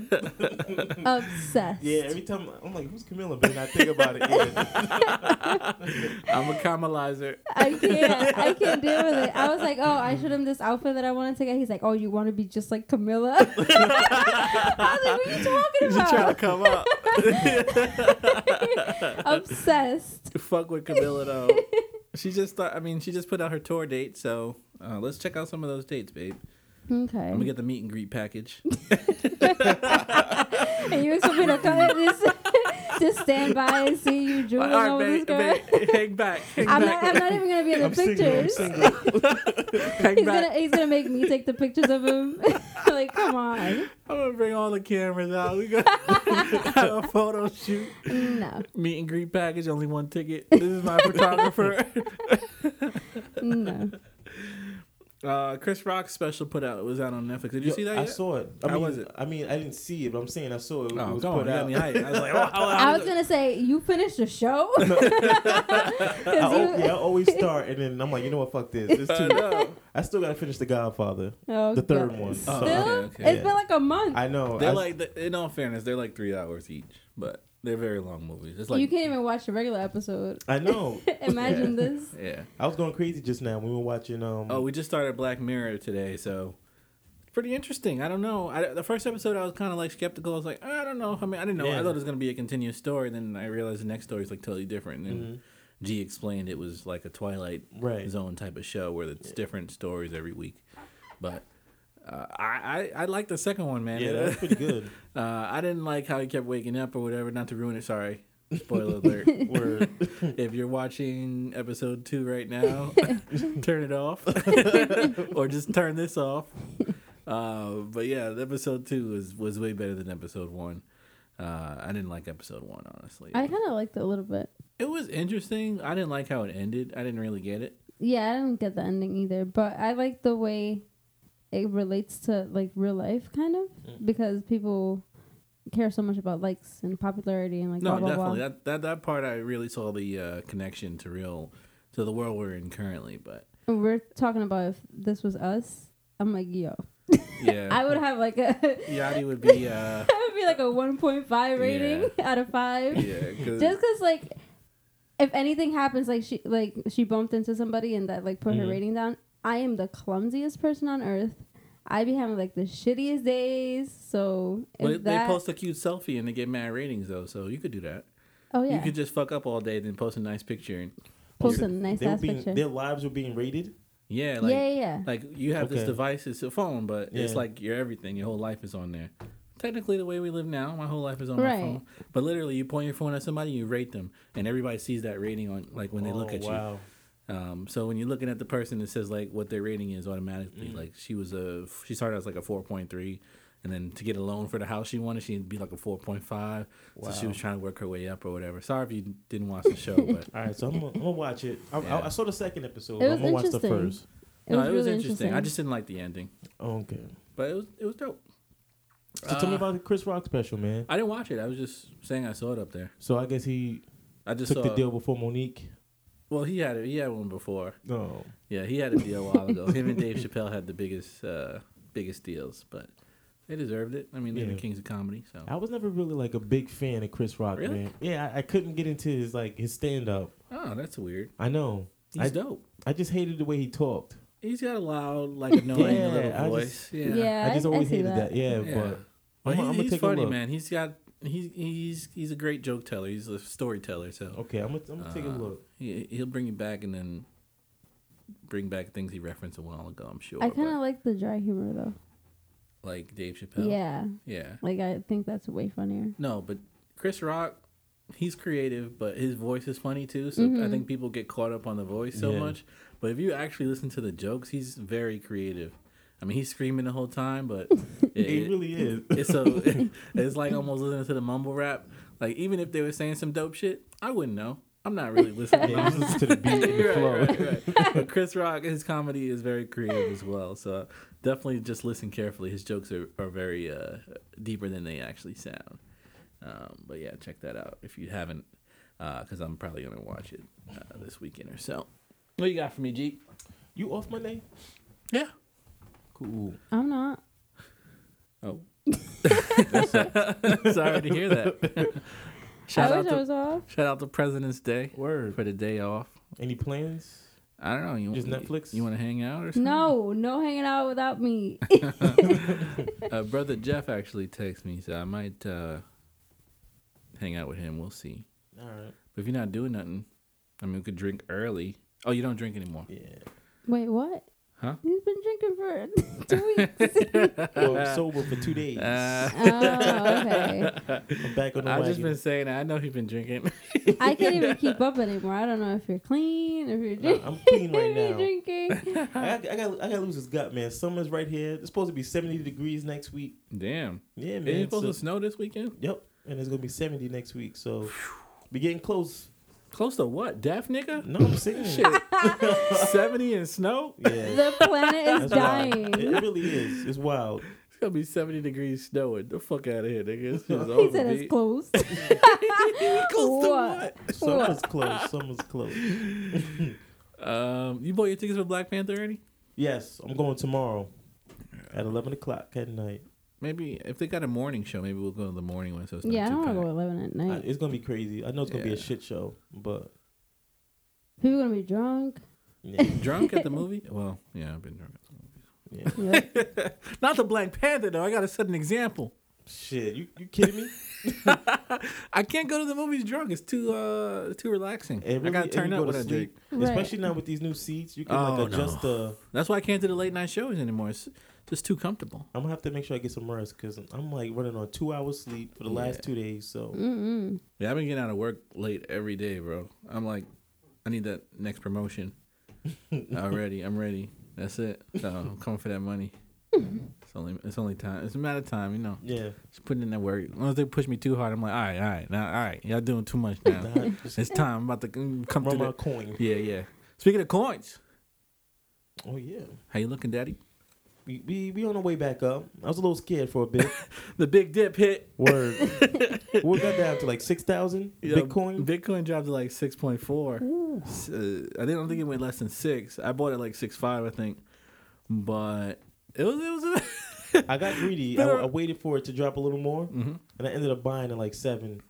[SPEAKER 3] obsessed.
[SPEAKER 2] Yeah, every time I'm like, who's Camilla? But then I think about it. Yeah.
[SPEAKER 1] I'm a Kamalizer.
[SPEAKER 3] I can't. I can't deal with it. I was like, oh, I showed him this outfit that I wanted to get. He's like, oh, you want to be just like Camilla? I was like, what are you talking
[SPEAKER 1] She trying to
[SPEAKER 3] about?
[SPEAKER 1] come up.
[SPEAKER 3] Obsessed.
[SPEAKER 1] Fuck with Camilla though. She just thought. I mean, she just put out her tour date. So uh, let's check out some of those dates, babe. I'm gonna
[SPEAKER 3] Okay.
[SPEAKER 1] get the meet and greet package.
[SPEAKER 3] And you expect me to come this just stand by and see you drooling
[SPEAKER 1] Like, all
[SPEAKER 3] over
[SPEAKER 1] right,
[SPEAKER 3] this girl.
[SPEAKER 1] babe, babe, hang back, hang
[SPEAKER 3] I'm
[SPEAKER 1] back,
[SPEAKER 3] not. I'm not even gonna be in the
[SPEAKER 2] I'm
[SPEAKER 3] pictures.
[SPEAKER 2] single, I'm single.
[SPEAKER 1] hang
[SPEAKER 3] He's
[SPEAKER 1] back.
[SPEAKER 3] gonna. He's gonna make me take the pictures of him. like, come on.
[SPEAKER 1] I'm gonna bring all the cameras out. We got have a photo shoot,
[SPEAKER 3] No.
[SPEAKER 1] meet and greet package. Only one ticket. This is my photographer.
[SPEAKER 3] No.
[SPEAKER 1] Uh, Chris Rock's special put out was out on Netflix. Did you
[SPEAKER 2] Yo,
[SPEAKER 1] see that?
[SPEAKER 2] I
[SPEAKER 1] yet?
[SPEAKER 2] saw it. I
[SPEAKER 1] How
[SPEAKER 2] mean,
[SPEAKER 1] was it?
[SPEAKER 2] I mean, I didn't see it, but I'm saying I saw it. it
[SPEAKER 1] Oh,
[SPEAKER 2] was
[SPEAKER 1] go on.
[SPEAKER 2] put
[SPEAKER 1] You got
[SPEAKER 2] out.
[SPEAKER 1] me hyped. I was like, oh,
[SPEAKER 3] I was gonna say you finished the show. 'Cause
[SPEAKER 2] I,
[SPEAKER 1] Oh,
[SPEAKER 2] al-
[SPEAKER 3] you-
[SPEAKER 2] yeah, I always start, and then I'm like, you know what? Fuck this. It's
[SPEAKER 1] I
[SPEAKER 2] too.
[SPEAKER 1] know.
[SPEAKER 2] I still gotta finish The Godfather.
[SPEAKER 3] Oh,
[SPEAKER 2] The third
[SPEAKER 3] God.
[SPEAKER 2] one.
[SPEAKER 3] Still,
[SPEAKER 1] Oh, okay, okay.
[SPEAKER 3] it's been like a month.
[SPEAKER 2] I know.
[SPEAKER 1] They're
[SPEAKER 2] I-
[SPEAKER 1] like, in all fairness, they're like three hours each, but they're very long movies. It's like,
[SPEAKER 3] you can't even watch the regular episode.
[SPEAKER 2] I know.
[SPEAKER 3] Imagine this.
[SPEAKER 1] yeah.
[SPEAKER 2] I was going crazy just now. We were watching. Um,
[SPEAKER 1] Oh, we just started Black Mirror today, so it's pretty interesting. I don't know. I, the first episode, I was kind of like skeptical. I was like, I don't know. I mean, I didn't know. I
[SPEAKER 2] Yeah.
[SPEAKER 1] thought it was gonna be a continuous story. Then I realized the next story is like totally different. And
[SPEAKER 2] Mm-hmm.
[SPEAKER 1] G explained it was like a Twilight
[SPEAKER 2] Right.
[SPEAKER 1] Zone type of show where it's different stories every week. But uh, I, I I like the second one, man.
[SPEAKER 2] yeah, that was pretty good.
[SPEAKER 1] Uh, I didn't like how he kept waking up or whatever. Not to ruin it. Sorry. Spoiler alert.
[SPEAKER 2] Word.
[SPEAKER 1] if you're watching episode two right now, turn it off or just turn this off. Uh, but yeah, episode two was, was way better than episode one. Uh, I didn't like episode one, honestly.
[SPEAKER 3] I kind of liked it a little bit.
[SPEAKER 1] it was interesting. I didn't like how it ended. I didn't really get it.
[SPEAKER 3] Yeah, I didn't get the ending either, but I like the way it relates to like real life, kind of,
[SPEAKER 1] Mm.
[SPEAKER 3] because people care so much about likes and popularity and like
[SPEAKER 1] No,
[SPEAKER 3] blah blah
[SPEAKER 1] definitely.
[SPEAKER 3] blah.
[SPEAKER 1] That, that that part I really saw the uh, connection to real to the world we're in currently. But
[SPEAKER 3] And we're talking about if this was us. I'm like, yo,
[SPEAKER 1] yeah,
[SPEAKER 3] I would have like a,
[SPEAKER 1] Yachty would be uh,
[SPEAKER 3] I would be like a 1.5 rating out of five.
[SPEAKER 1] yeah. 'cause-
[SPEAKER 3] just because like if anything happens like she like she bumped into somebody and that like put her
[SPEAKER 1] Mm-hmm.
[SPEAKER 2] Mhm.
[SPEAKER 3] rating down i am the clumsiest person on earth i be having like the shittiest days so if
[SPEAKER 1] Well,
[SPEAKER 3] that,
[SPEAKER 1] they post a cute selfie and they get mad ratings though, so you could do that.
[SPEAKER 3] oh
[SPEAKER 1] You
[SPEAKER 3] yeah
[SPEAKER 1] could just fuck up all day, then post a nice picture, and
[SPEAKER 3] post a nice
[SPEAKER 2] They were
[SPEAKER 3] ass
[SPEAKER 2] being,
[SPEAKER 3] picture
[SPEAKER 2] their lives were being rated.
[SPEAKER 1] yeah, like
[SPEAKER 3] yeah yeah yeah
[SPEAKER 1] like you have this
[SPEAKER 2] Okay.
[SPEAKER 1] device, it's a phone, but it's
[SPEAKER 2] Yeah.
[SPEAKER 1] like your everything, your whole life is on there. Technically, the way we live now, my whole life is on my
[SPEAKER 3] Right.
[SPEAKER 1] phone. But literally, you point your phone at somebody, you rate them, and everybody sees that rating on like when they look
[SPEAKER 2] Oh,
[SPEAKER 1] at
[SPEAKER 2] wow.
[SPEAKER 1] you. Um, so when you're looking at the person, it says like what their rating is automatically.
[SPEAKER 2] Mm.
[SPEAKER 1] Like she was a she started as like a four point three. And then to get a loan for the house she wanted, she'd be like a 4.5. So she
[SPEAKER 2] Wow.
[SPEAKER 1] was trying to work her way up or whatever. Sorry if you didn't watch the show, but
[SPEAKER 2] All right, so I'm gonna, I'm gonna watch it. I'm,
[SPEAKER 1] Yeah.
[SPEAKER 2] I, I saw the second episode.
[SPEAKER 3] It
[SPEAKER 2] I'm
[SPEAKER 3] was
[SPEAKER 2] gonna watch the
[SPEAKER 3] interesting.
[SPEAKER 2] first.
[SPEAKER 3] it was, really interesting.
[SPEAKER 1] I just didn't like the ending,
[SPEAKER 2] Okay.
[SPEAKER 1] but it was it was dope. Uh,
[SPEAKER 2] So tell me about the Chris Rock special, man.
[SPEAKER 1] I didn't watch it. I was just saying I saw it up there.
[SPEAKER 2] So I guess he
[SPEAKER 1] I just uh,
[SPEAKER 2] took
[SPEAKER 1] saw
[SPEAKER 2] the deal before Monique.
[SPEAKER 1] Well, he had it. He had one before.
[SPEAKER 2] No.
[SPEAKER 1] Yeah, he had a deal a while ago. Him and Dave Chappelle had the biggest uh, biggest deals, but they deserved it. I mean, they're
[SPEAKER 2] Yeah.
[SPEAKER 1] the kings of comedy, so
[SPEAKER 2] I was never really like a big fan of Chris Rock,
[SPEAKER 1] Really?
[SPEAKER 2] man. Yeah, I, I couldn't get into his like his stand up.
[SPEAKER 1] oh, that's weird.
[SPEAKER 2] I know.
[SPEAKER 1] He's
[SPEAKER 2] I,
[SPEAKER 1] dope.
[SPEAKER 2] I just hated the way he talked.
[SPEAKER 1] He's got a loud, like annoying
[SPEAKER 2] Yeah, I
[SPEAKER 1] little
[SPEAKER 2] just-
[SPEAKER 1] voice. yeah,
[SPEAKER 3] Yeah,
[SPEAKER 2] I just
[SPEAKER 3] I- I
[SPEAKER 2] always
[SPEAKER 3] see
[SPEAKER 2] hated
[SPEAKER 3] that.
[SPEAKER 2] that. Yeah,
[SPEAKER 1] Yeah.
[SPEAKER 2] but
[SPEAKER 1] But
[SPEAKER 2] I'ma-
[SPEAKER 1] he-
[SPEAKER 2] I'ma
[SPEAKER 1] he's
[SPEAKER 2] take a
[SPEAKER 1] funny,
[SPEAKER 2] look.
[SPEAKER 1] man. He's got he's he's he's a great joke teller. He's a storyteller, so
[SPEAKER 2] okay, I'm gonna, I'm gonna take a
[SPEAKER 1] Uh,
[SPEAKER 2] look.
[SPEAKER 1] He, he'll bring you back and then bring back things he referenced a while ago, I'm sure.
[SPEAKER 3] I kind of
[SPEAKER 1] but,
[SPEAKER 3] like the dry humor though.
[SPEAKER 1] like Dave Chappelle.
[SPEAKER 3] Yeah,
[SPEAKER 1] Yeah.
[SPEAKER 3] like I think that's way funnier.
[SPEAKER 1] No, but Chris Rock, he's creative, but his voice is funny too. So
[SPEAKER 3] Mm-hmm.
[SPEAKER 1] I think people get caught up on the voice so
[SPEAKER 2] Yeah.
[SPEAKER 1] much. But if you actually listen to the jokes, he's very creative. I mean, he's screaming the whole time, but it,
[SPEAKER 2] It really is.
[SPEAKER 1] it's so it's like almost listening to the mumble rap. Like even if they were saying some dope shit, I wouldn't know. I'm not really listening.
[SPEAKER 2] Yeah, you listen to the beat and the
[SPEAKER 1] Right,
[SPEAKER 2] flow.
[SPEAKER 1] right, right. But Chris Rock, his comedy is very creative as well. So definitely just listen carefully. His jokes are, are very uh, deeper than they actually sound. Um, but yeah, check that out if you haven't, because I'm probably going to watch it uh, this weekend or so. What you got for me, Jeep?
[SPEAKER 2] You off Monday?
[SPEAKER 1] Yeah.
[SPEAKER 2] Cool.
[SPEAKER 3] I'm not.
[SPEAKER 1] Oh. Sorry to hear that. shout,
[SPEAKER 3] I
[SPEAKER 1] out
[SPEAKER 3] wish I
[SPEAKER 1] to,
[SPEAKER 3] was off.
[SPEAKER 1] shout out to President's Day
[SPEAKER 2] Word.
[SPEAKER 1] for the day off.
[SPEAKER 2] Any plans?
[SPEAKER 1] I don't know. You,
[SPEAKER 2] Just
[SPEAKER 1] you-
[SPEAKER 2] Netflix?
[SPEAKER 1] You want to hang out or something?
[SPEAKER 3] No, no hanging out without me.
[SPEAKER 1] uh, brother Jeff actually texted me, so I might uh, hang out with him. We'll see.
[SPEAKER 2] All right.
[SPEAKER 1] But if you're not doing nothing, I mean, we could drink early. Oh, you don't drink anymore.
[SPEAKER 2] Yeah.
[SPEAKER 3] Wait, what?
[SPEAKER 1] Huh?
[SPEAKER 3] He's been drinking for two weeks.
[SPEAKER 2] Well, I'm sober for two days.
[SPEAKER 1] Uh,
[SPEAKER 3] oh, okay.
[SPEAKER 2] I'm back on the
[SPEAKER 1] I've just
[SPEAKER 2] wagon.
[SPEAKER 1] been saying that. I know he's been drinking.
[SPEAKER 3] I can't even keep up anymore. I don't know if you're clean, if you're
[SPEAKER 2] Nah,
[SPEAKER 3] drinking.
[SPEAKER 2] I'm clean right
[SPEAKER 3] if you're
[SPEAKER 2] now.
[SPEAKER 3] drinking.
[SPEAKER 2] I, I, got I got to lose this gut, man. Summer's right here. It's supposed to be 70 degrees next week.
[SPEAKER 1] Damn.
[SPEAKER 2] Yeah,
[SPEAKER 1] Is it
[SPEAKER 2] man.
[SPEAKER 1] supposed
[SPEAKER 2] so-
[SPEAKER 1] to snow this weekend?
[SPEAKER 2] Yep, and it's gonna be seventy next week. So we getting close.
[SPEAKER 1] Close to what? Deaf nigga?
[SPEAKER 2] No, I'm saying
[SPEAKER 1] Shit. 70 and snow?
[SPEAKER 2] Yeah,
[SPEAKER 3] The planet is
[SPEAKER 2] that's wild.
[SPEAKER 3] dying.
[SPEAKER 2] It, it really is. It's wild.
[SPEAKER 1] It's gonna be 70 degrees snowing. The fuck out of here, nigga. This shit's
[SPEAKER 3] He
[SPEAKER 1] over,
[SPEAKER 3] said
[SPEAKER 1] B.
[SPEAKER 3] it's close.
[SPEAKER 1] Close to
[SPEAKER 3] What?
[SPEAKER 2] Summer's close. Summer's close.
[SPEAKER 1] Um, you bought your tickets for Black Panther already?
[SPEAKER 2] Yes, I'm going tomorrow at eleven o'clock at night.
[SPEAKER 1] Maybe if they got a morning show, maybe we'll go to the morning one. So it's not
[SPEAKER 3] Yeah, I
[SPEAKER 1] too
[SPEAKER 3] don't want to go
[SPEAKER 1] packed.
[SPEAKER 3] 11 at
[SPEAKER 2] I-
[SPEAKER 3] night.
[SPEAKER 2] it's gonna be crazy. I know it's gonna be
[SPEAKER 1] Yeah.
[SPEAKER 2] a shit show, but
[SPEAKER 3] People going to be drunk.
[SPEAKER 2] yeah,
[SPEAKER 1] Drunk at the movie? Well, yeah, I've been drunk.
[SPEAKER 2] yeah.
[SPEAKER 3] Yep.
[SPEAKER 1] Not the Black Panther though. I gotta set an example.
[SPEAKER 2] shit. You you kidding me?
[SPEAKER 1] I can't go to the movies drunk. It's too uh it's too relaxing.
[SPEAKER 2] It
[SPEAKER 1] I gotta
[SPEAKER 2] really- it
[SPEAKER 1] turn
[SPEAKER 2] will
[SPEAKER 1] up
[SPEAKER 2] go
[SPEAKER 1] when
[SPEAKER 2] to
[SPEAKER 1] I drink.
[SPEAKER 2] sleep.
[SPEAKER 3] Right.
[SPEAKER 2] Especially now with these new seats, you can
[SPEAKER 1] Oh,
[SPEAKER 2] like
[SPEAKER 1] no.
[SPEAKER 2] adjust the.
[SPEAKER 1] That's why I can't do the late night shows anymore. It's just too comfortable.
[SPEAKER 2] I'm gonna have to make sure I get some rest because I'm like running on two hours sleep for the last two days. So
[SPEAKER 3] Mm. Mm-mm.
[SPEAKER 1] Yeah, I've been getting out of work late every day, bro. I'm like, I need that next promotion already. I'm ready. That's it. So I'm coming for that money. It's only it's only time. It's a matter of time, you know.
[SPEAKER 2] yeah,
[SPEAKER 1] Just putting in that work. As long as they push me too hard, I'm like, all right, all right, now, all right. Y'all doing too much now.
[SPEAKER 2] Nah, just
[SPEAKER 1] it's time. I'm about to mm, come
[SPEAKER 2] run
[SPEAKER 1] through.
[SPEAKER 2] my
[SPEAKER 1] The-
[SPEAKER 2] coin.
[SPEAKER 1] yeah, yeah. Speaking of coins,
[SPEAKER 2] Oh yeah.
[SPEAKER 1] how you looking, Daddy?
[SPEAKER 2] We, we we on the way back up. I was a little scared for a bit.
[SPEAKER 1] The big dip hit.
[SPEAKER 2] Word. we got down to like six thousand
[SPEAKER 1] Yeah,
[SPEAKER 2] Bitcoin.
[SPEAKER 1] Bitcoin dropped to like six point four. S- Uh, I didn't I don't think it went less than six. I bought it like six five, I think. But it was it was.
[SPEAKER 2] I got greedy. I, I waited for it to drop a little more,
[SPEAKER 1] Mm-hmm.
[SPEAKER 2] and I ended up buying at like seven.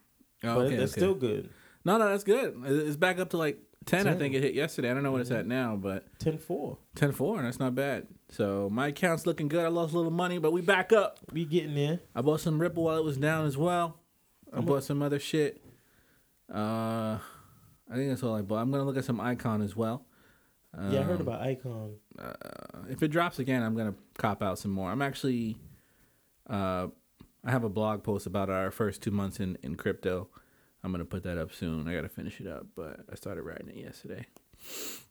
[SPEAKER 1] Oh,
[SPEAKER 2] But that's still good.
[SPEAKER 1] no, no, that's good. It- It's back up to like ten. I
[SPEAKER 2] 10.
[SPEAKER 1] think it hit yesterday. I don't know what it's
[SPEAKER 2] Mm-hmm.
[SPEAKER 1] at now, but
[SPEAKER 2] Ten four.
[SPEAKER 1] 10-4, and that's not bad. So my account's looking good. I lost a little money, but we back up.
[SPEAKER 2] We getting there.
[SPEAKER 1] I bought some Ripple while it was down as well. I bought some other shit. Uh, I think that's all I bought. I'm gonna look at some Icon as well.
[SPEAKER 2] yeah, I heard
[SPEAKER 1] Um,
[SPEAKER 2] about Icon.
[SPEAKER 1] if it drops again, I'm gonna cop out some more. I'm actually, uh, I have a blog post about our first two months in in crypto. I'm gonna put that up soon. I gotta finish it up, but I started writing it yesterday.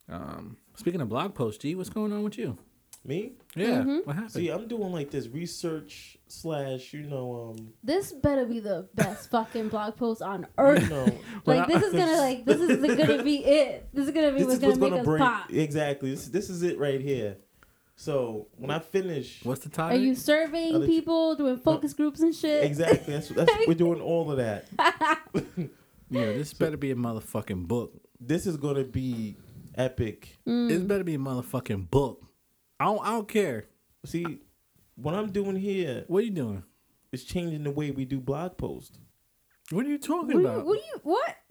[SPEAKER 1] Um, speaking of blog posts, G, what's going on with you?
[SPEAKER 2] Me?
[SPEAKER 1] Yeah,
[SPEAKER 3] Mm-hmm.
[SPEAKER 1] what happened?
[SPEAKER 2] See, I'm doing like this research slash. You know, um,
[SPEAKER 3] This better be the best fucking blog post on earth.
[SPEAKER 2] you know,
[SPEAKER 3] Like this is gonna like this is the, gonna be it. This is gonna be
[SPEAKER 2] this
[SPEAKER 3] what's
[SPEAKER 2] is
[SPEAKER 3] gonna
[SPEAKER 2] what's
[SPEAKER 3] make
[SPEAKER 2] gonna
[SPEAKER 3] us
[SPEAKER 2] break.
[SPEAKER 3] pop.
[SPEAKER 2] Exactly. This this is it right here. So when I finish,
[SPEAKER 1] what's the
[SPEAKER 3] Are
[SPEAKER 1] topic?
[SPEAKER 3] you
[SPEAKER 2] Are
[SPEAKER 3] surveying
[SPEAKER 2] they-
[SPEAKER 3] people, doing focus groups and shit?
[SPEAKER 2] exactly that's that's we're doing all of that.
[SPEAKER 1] yeah, this better be a motherfucking book.
[SPEAKER 2] This is gonna be epic.
[SPEAKER 3] Mm.
[SPEAKER 1] This better be a motherfucking book. I don't, I don't care.
[SPEAKER 2] See, what I'm doing here
[SPEAKER 1] What are you doing?
[SPEAKER 2] is changing the way we do blog posts.
[SPEAKER 1] What are you talking
[SPEAKER 3] What do you,
[SPEAKER 1] about?
[SPEAKER 3] what do you what?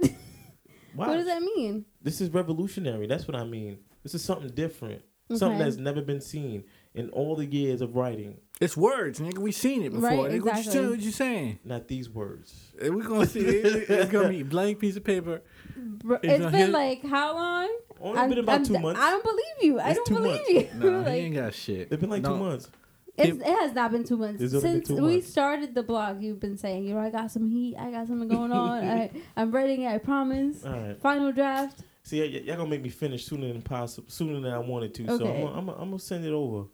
[SPEAKER 2] Wow.
[SPEAKER 3] what does that mean?
[SPEAKER 2] This is revolutionary. That's what I mean. This is something different. Something
[SPEAKER 3] Okay.
[SPEAKER 2] that's never been seen in all the years of writing.
[SPEAKER 1] it's words, nigga. We seen it before.
[SPEAKER 3] Right,
[SPEAKER 1] nigga, what,
[SPEAKER 3] exactly.
[SPEAKER 1] you, what you saying?
[SPEAKER 2] Not these words.
[SPEAKER 1] And We're gonna see. it- It's gonna be blank piece of paper.
[SPEAKER 3] Bro,
[SPEAKER 1] It's
[SPEAKER 3] it's
[SPEAKER 1] not
[SPEAKER 3] been
[SPEAKER 1] his-
[SPEAKER 3] like how long?
[SPEAKER 2] Only been about
[SPEAKER 3] I'm-
[SPEAKER 2] two months.
[SPEAKER 3] I don't believe you. I
[SPEAKER 2] It's
[SPEAKER 3] don't
[SPEAKER 2] two
[SPEAKER 3] believe
[SPEAKER 2] months.
[SPEAKER 3] you.
[SPEAKER 1] No, he ain't
[SPEAKER 3] like,
[SPEAKER 1] got shit.
[SPEAKER 2] It's been like
[SPEAKER 1] No.
[SPEAKER 2] two months.
[SPEAKER 3] it's, it has not been two months
[SPEAKER 2] It's only been
[SPEAKER 3] since
[SPEAKER 2] two
[SPEAKER 3] we
[SPEAKER 2] months.
[SPEAKER 3] started the blog. You've been saying, you know, I got some heat. I got something going on. I, I'm writing it. I promise.
[SPEAKER 2] All right.
[SPEAKER 3] Final draft.
[SPEAKER 2] See, y- y- y'all gonna make me finish sooner than possible, sooner than I wanted to. So I'm
[SPEAKER 3] Okay.
[SPEAKER 2] gonna, I'm, gonna, I'm gonna send it over.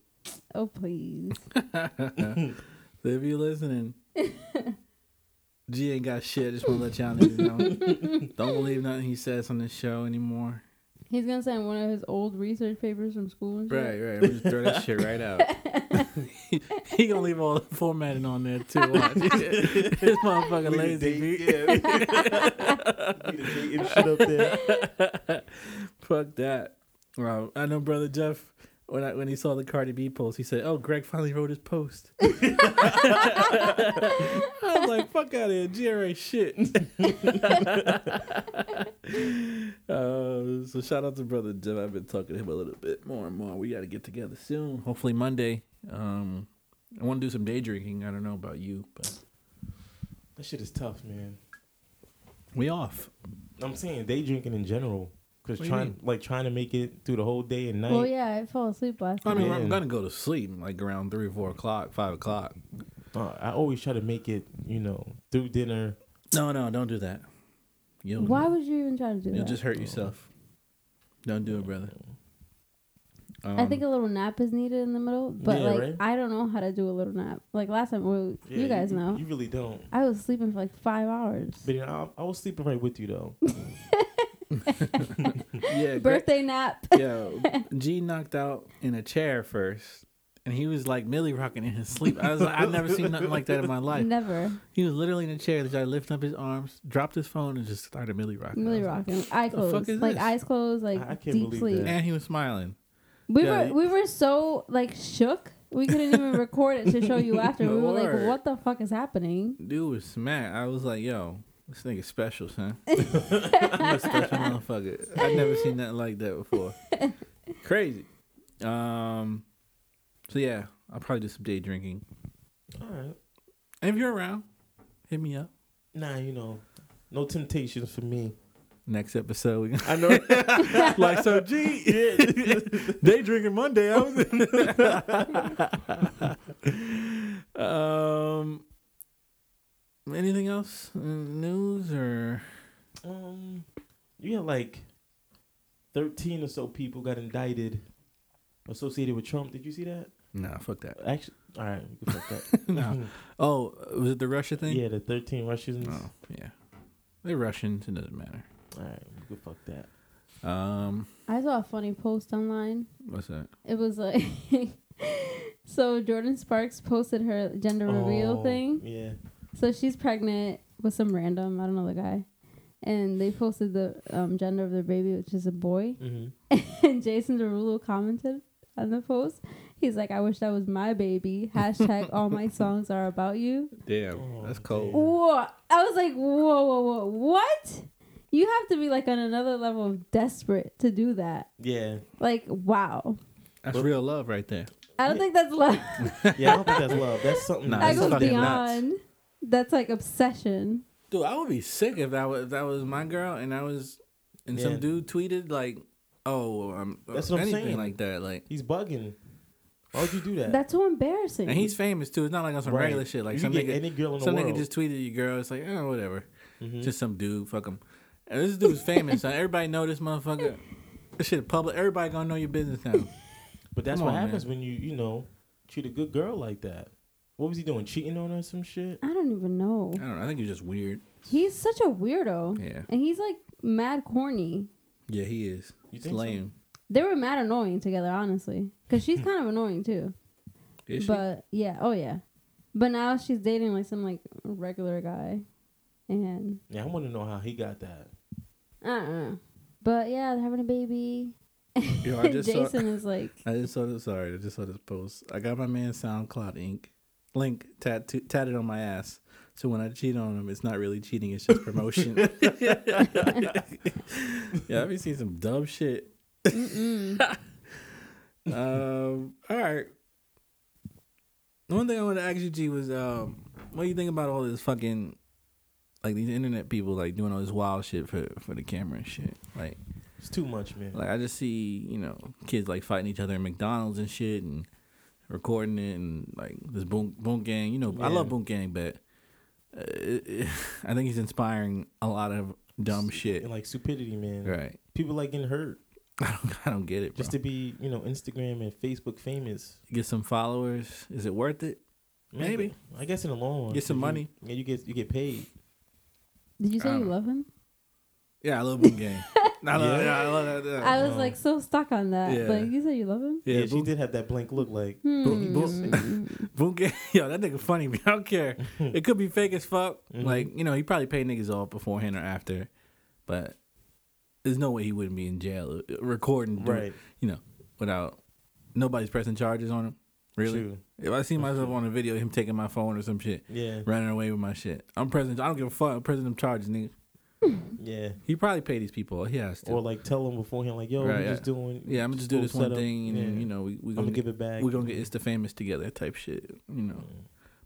[SPEAKER 3] Oh please.
[SPEAKER 1] So if you listening, G ain't got shit. Just wanna let y'all niggas know. Don't believe nothing he says on this show anymore.
[SPEAKER 3] He's gonna send one of his old research papers from school and shit.
[SPEAKER 1] Right, right. We just throw that shit right out. he gonna leave all the formatting on there too. Watch. this motherfucker
[SPEAKER 2] Leave the
[SPEAKER 1] lazy. B.
[SPEAKER 2] date, yeah. Leave the date and shit up there.
[SPEAKER 1] Fuck that. Well, I know, brother Jeff. When I, when he saw the Cardi B post, he said, "Oh, Greg finally wrote his post." I was like, "Fuck out of here, GRA shit." uh, so shout out to brother Jeff. I've been talking to him a little bit more and more. We got to get together soon. Hopefully Monday. Um, I want to do some day drinking. I don't know about you, but
[SPEAKER 2] That shit is tough, man.
[SPEAKER 1] we off.
[SPEAKER 2] I'm saying day drinking in general. Because
[SPEAKER 1] What do you
[SPEAKER 2] trying
[SPEAKER 1] mean?
[SPEAKER 2] like trying to make it through the whole day and night.
[SPEAKER 3] Well, yeah, I fell asleep last
[SPEAKER 1] I
[SPEAKER 3] night.
[SPEAKER 1] mean,
[SPEAKER 2] Yeah.
[SPEAKER 1] I'm gonna go to sleep like around three, four o'clock, five o'clock.
[SPEAKER 2] Uh, I always try to make it, you know, through dinner.
[SPEAKER 1] No, no, don't do that. You'll,
[SPEAKER 3] Why would you even try to do
[SPEAKER 1] you'll
[SPEAKER 3] that?
[SPEAKER 1] just hurt yourself. Don't do it, brother. Um,
[SPEAKER 3] I think a little nap is needed in the middle, but
[SPEAKER 2] Yeah,
[SPEAKER 3] like
[SPEAKER 2] right?
[SPEAKER 3] I don't know how to do a little nap. Like last time, well,
[SPEAKER 2] Yeah,
[SPEAKER 3] you guys know,
[SPEAKER 2] You really don't.
[SPEAKER 3] I was sleeping for like five hours.
[SPEAKER 2] But you know, I, I was sleeping right with you though.
[SPEAKER 1] yeah, Greg-
[SPEAKER 3] Birthday nap.
[SPEAKER 1] Yo, G knocked out in a chair first, and he was like Millie rocking in his sleep. I was like, I've never seen nothing like that in my life.
[SPEAKER 3] Never
[SPEAKER 1] He was literally in a chair. He started lifting up his arms, dropped his phone, and just started Millie rocking.
[SPEAKER 3] really
[SPEAKER 1] I was like-
[SPEAKER 3] rocking. Eye
[SPEAKER 1] the fuck
[SPEAKER 3] closed,
[SPEAKER 1] is
[SPEAKER 3] like
[SPEAKER 1] this?
[SPEAKER 3] eyes closed, like
[SPEAKER 2] I- I can't
[SPEAKER 3] deep
[SPEAKER 2] believe
[SPEAKER 3] sleep.
[SPEAKER 2] that.
[SPEAKER 1] And he was smiling.
[SPEAKER 3] We
[SPEAKER 1] Yeah,
[SPEAKER 3] were
[SPEAKER 1] you-
[SPEAKER 3] we were so like shook. We couldn't even record it to show you after. We were like,
[SPEAKER 1] Lord.
[SPEAKER 3] "What the fuck is happening?"
[SPEAKER 1] Dude was smacked. I was like, yo, this nigga's special, son. He's a special motherfucker. I've never seen nothing like that before. Crazy. Um. So yeah, I'll probably do some day drinking.
[SPEAKER 2] All right.
[SPEAKER 1] And if you're around, hit me up.
[SPEAKER 2] Nah, you know, no temptations for me.
[SPEAKER 1] Next episode, we
[SPEAKER 2] I know.
[SPEAKER 1] like so G day drinking Monday. I was um anything else Uh, news or
[SPEAKER 2] um, you had like thirteen or so people got indicted associated with Trump. Did you see that?
[SPEAKER 1] nah fuck that
[SPEAKER 2] Actually, all right, we can fuck that.
[SPEAKER 1] no oh was it the Russia thing
[SPEAKER 2] yeah, the thirteen Russians.
[SPEAKER 1] oh yeah they're Russians it doesn't matter
[SPEAKER 2] All right, we can fuck that.
[SPEAKER 1] um
[SPEAKER 3] I saw a funny post online.
[SPEAKER 1] what's that
[SPEAKER 3] It was like, so Jordan Sparks posted her gender reveal
[SPEAKER 2] Oh,
[SPEAKER 3] thing.
[SPEAKER 2] Yeah.
[SPEAKER 3] So she's pregnant with some random, I don't know the guy. And they posted the um, gender of their baby, which is a boy.
[SPEAKER 2] Mm-hmm.
[SPEAKER 3] And Jason Derulo commented on the post. He's like, I wish that was my baby. Hashtag all my songs are about you.
[SPEAKER 1] damn
[SPEAKER 2] Oh,
[SPEAKER 1] that's cold
[SPEAKER 3] Whoa. I was like, whoa, whoa, whoa. What? You have to be like on another level of desperate to do that.
[SPEAKER 2] Yeah.
[SPEAKER 3] Like, wow.
[SPEAKER 1] that's real love right there
[SPEAKER 3] I don't think that's love.
[SPEAKER 2] Yeah. I don't think that's love. That's something.
[SPEAKER 1] Nah,
[SPEAKER 3] that
[SPEAKER 1] that's
[SPEAKER 3] goes
[SPEAKER 1] fucking
[SPEAKER 3] beyond. That's like obsession.
[SPEAKER 1] Dude, I would be sick if that was if that was my girl and I was and
[SPEAKER 2] Yeah.
[SPEAKER 1] some dude tweeted like, "Oh, um,
[SPEAKER 2] That's what I'm
[SPEAKER 1] anything
[SPEAKER 2] saying.
[SPEAKER 1] like that." Like,
[SPEAKER 2] He's bugging. Why would you do that?
[SPEAKER 3] That's so embarrassing.
[SPEAKER 1] and he's famous too. It's not like on some
[SPEAKER 2] Right.
[SPEAKER 1] regular shit. Like
[SPEAKER 2] You
[SPEAKER 1] some
[SPEAKER 2] can get
[SPEAKER 1] nigga,
[SPEAKER 2] any girl in the
[SPEAKER 1] some nigga
[SPEAKER 2] world.
[SPEAKER 1] just tweeted your girl. It's like, oh, whatever.
[SPEAKER 2] Mhm.
[SPEAKER 1] Just some dude. Fuck him. And this dude's famous. so everybody know this motherfucker. This shit public. Everybody gonna know your business now.
[SPEAKER 2] But that's
[SPEAKER 1] Come
[SPEAKER 2] what
[SPEAKER 1] on,
[SPEAKER 2] happens when you, you know, treat a good girl like that. What was he doing? Cheating on her or some shit?
[SPEAKER 3] I don't even know.
[SPEAKER 1] I don't know. I think you're just weird.
[SPEAKER 3] He's such a weirdo.
[SPEAKER 1] Yeah.
[SPEAKER 3] And he's like mad corny.
[SPEAKER 1] Yeah, he is.
[SPEAKER 2] You
[SPEAKER 1] It's
[SPEAKER 2] think so?
[SPEAKER 1] lame.
[SPEAKER 3] They were mad annoying together, honestly. Because she's
[SPEAKER 1] Hmm.
[SPEAKER 3] kind of annoying too.
[SPEAKER 1] Is she?
[SPEAKER 3] But yeah, oh yeah. But now she's dating like some like regular guy. And
[SPEAKER 2] Yeah, I want to know how he got that.
[SPEAKER 3] I don't know. But yeah, they're having a baby.
[SPEAKER 1] Yo, I
[SPEAKER 3] And
[SPEAKER 1] just saw-
[SPEAKER 3] Jason is like,
[SPEAKER 1] I just saw this. Sorry, I just saw this post. I got my man SoundCloud Inc. link tattoo tatted on my ass. So when I cheat on him, it's not really cheating; it's just promotion. yeah, I've been seeing some dumb shit.
[SPEAKER 3] mm
[SPEAKER 1] Um, all right. One thing I want to ask you, G, was um, what do you think about all this fucking, like these internet people like doing all this wild shit for for the camera and shit? Like,
[SPEAKER 2] It's too much, man.
[SPEAKER 1] like I just see, you know, kids like fighting each other in McDonald's and shit and recording it and like this boom boom gang. You know, I love
[SPEAKER 2] Yeah.
[SPEAKER 1] boom gang, but uh, it- it- I think he's inspiring a lot of dumb shit.
[SPEAKER 2] and like stupidity, man.
[SPEAKER 1] Right?
[SPEAKER 2] People like getting hurt
[SPEAKER 1] I don't, I don't get it. Bro.
[SPEAKER 2] just to be, you know, Instagram and Facebook famous.
[SPEAKER 1] get some followers. Is it worth it? Maybe.
[SPEAKER 2] I guess in the long run.
[SPEAKER 1] Get some
[SPEAKER 2] you-
[SPEAKER 1] money.
[SPEAKER 2] Yeah, you get you get paid.
[SPEAKER 3] Did you say
[SPEAKER 1] I
[SPEAKER 3] you
[SPEAKER 1] don't-
[SPEAKER 3] love him?
[SPEAKER 1] Yeah, I love boom gang. I love, yeah. I love that.
[SPEAKER 3] I was
[SPEAKER 2] no.
[SPEAKER 3] like so stuck on that.
[SPEAKER 1] Yeah.
[SPEAKER 3] Like you said you love him?
[SPEAKER 2] Yeah,
[SPEAKER 1] yeah,
[SPEAKER 2] she
[SPEAKER 1] boom,
[SPEAKER 2] did have that blank look like
[SPEAKER 1] Boom, boom.
[SPEAKER 2] Mm.
[SPEAKER 3] Hmm.
[SPEAKER 1] boom gang. Yo, that nigga funny. Man. I don't care. It could be fake as fuck.
[SPEAKER 2] Mhm.
[SPEAKER 1] Like you know, he probably paid niggas off beforehand or after, but there's no way he wouldn't be in jail uh, recording. doing-
[SPEAKER 2] right.
[SPEAKER 1] you know, without nobody's pressing charges on him. Really?
[SPEAKER 2] True.
[SPEAKER 1] If I see myself on a video, of him taking my phone or some shit,
[SPEAKER 2] Yeah.
[SPEAKER 1] running away with my shit, I'm president. I don't give a fuck. I'm president of charges, nigga.
[SPEAKER 2] Yeah.
[SPEAKER 1] He probably paid these people. He has to.
[SPEAKER 2] Or like tell him beforehand, like, yo,
[SPEAKER 1] Right,
[SPEAKER 2] we're
[SPEAKER 1] yeah.
[SPEAKER 2] just doing.
[SPEAKER 1] yeah, I'm gonna just do
[SPEAKER 2] gonna
[SPEAKER 1] this one
[SPEAKER 2] set up-
[SPEAKER 1] thing, and then
[SPEAKER 2] yeah.
[SPEAKER 1] you know, we we
[SPEAKER 2] I'm
[SPEAKER 1] gonna
[SPEAKER 2] gonna give it back.
[SPEAKER 1] we're gonna get it's the famous together type shit, you know.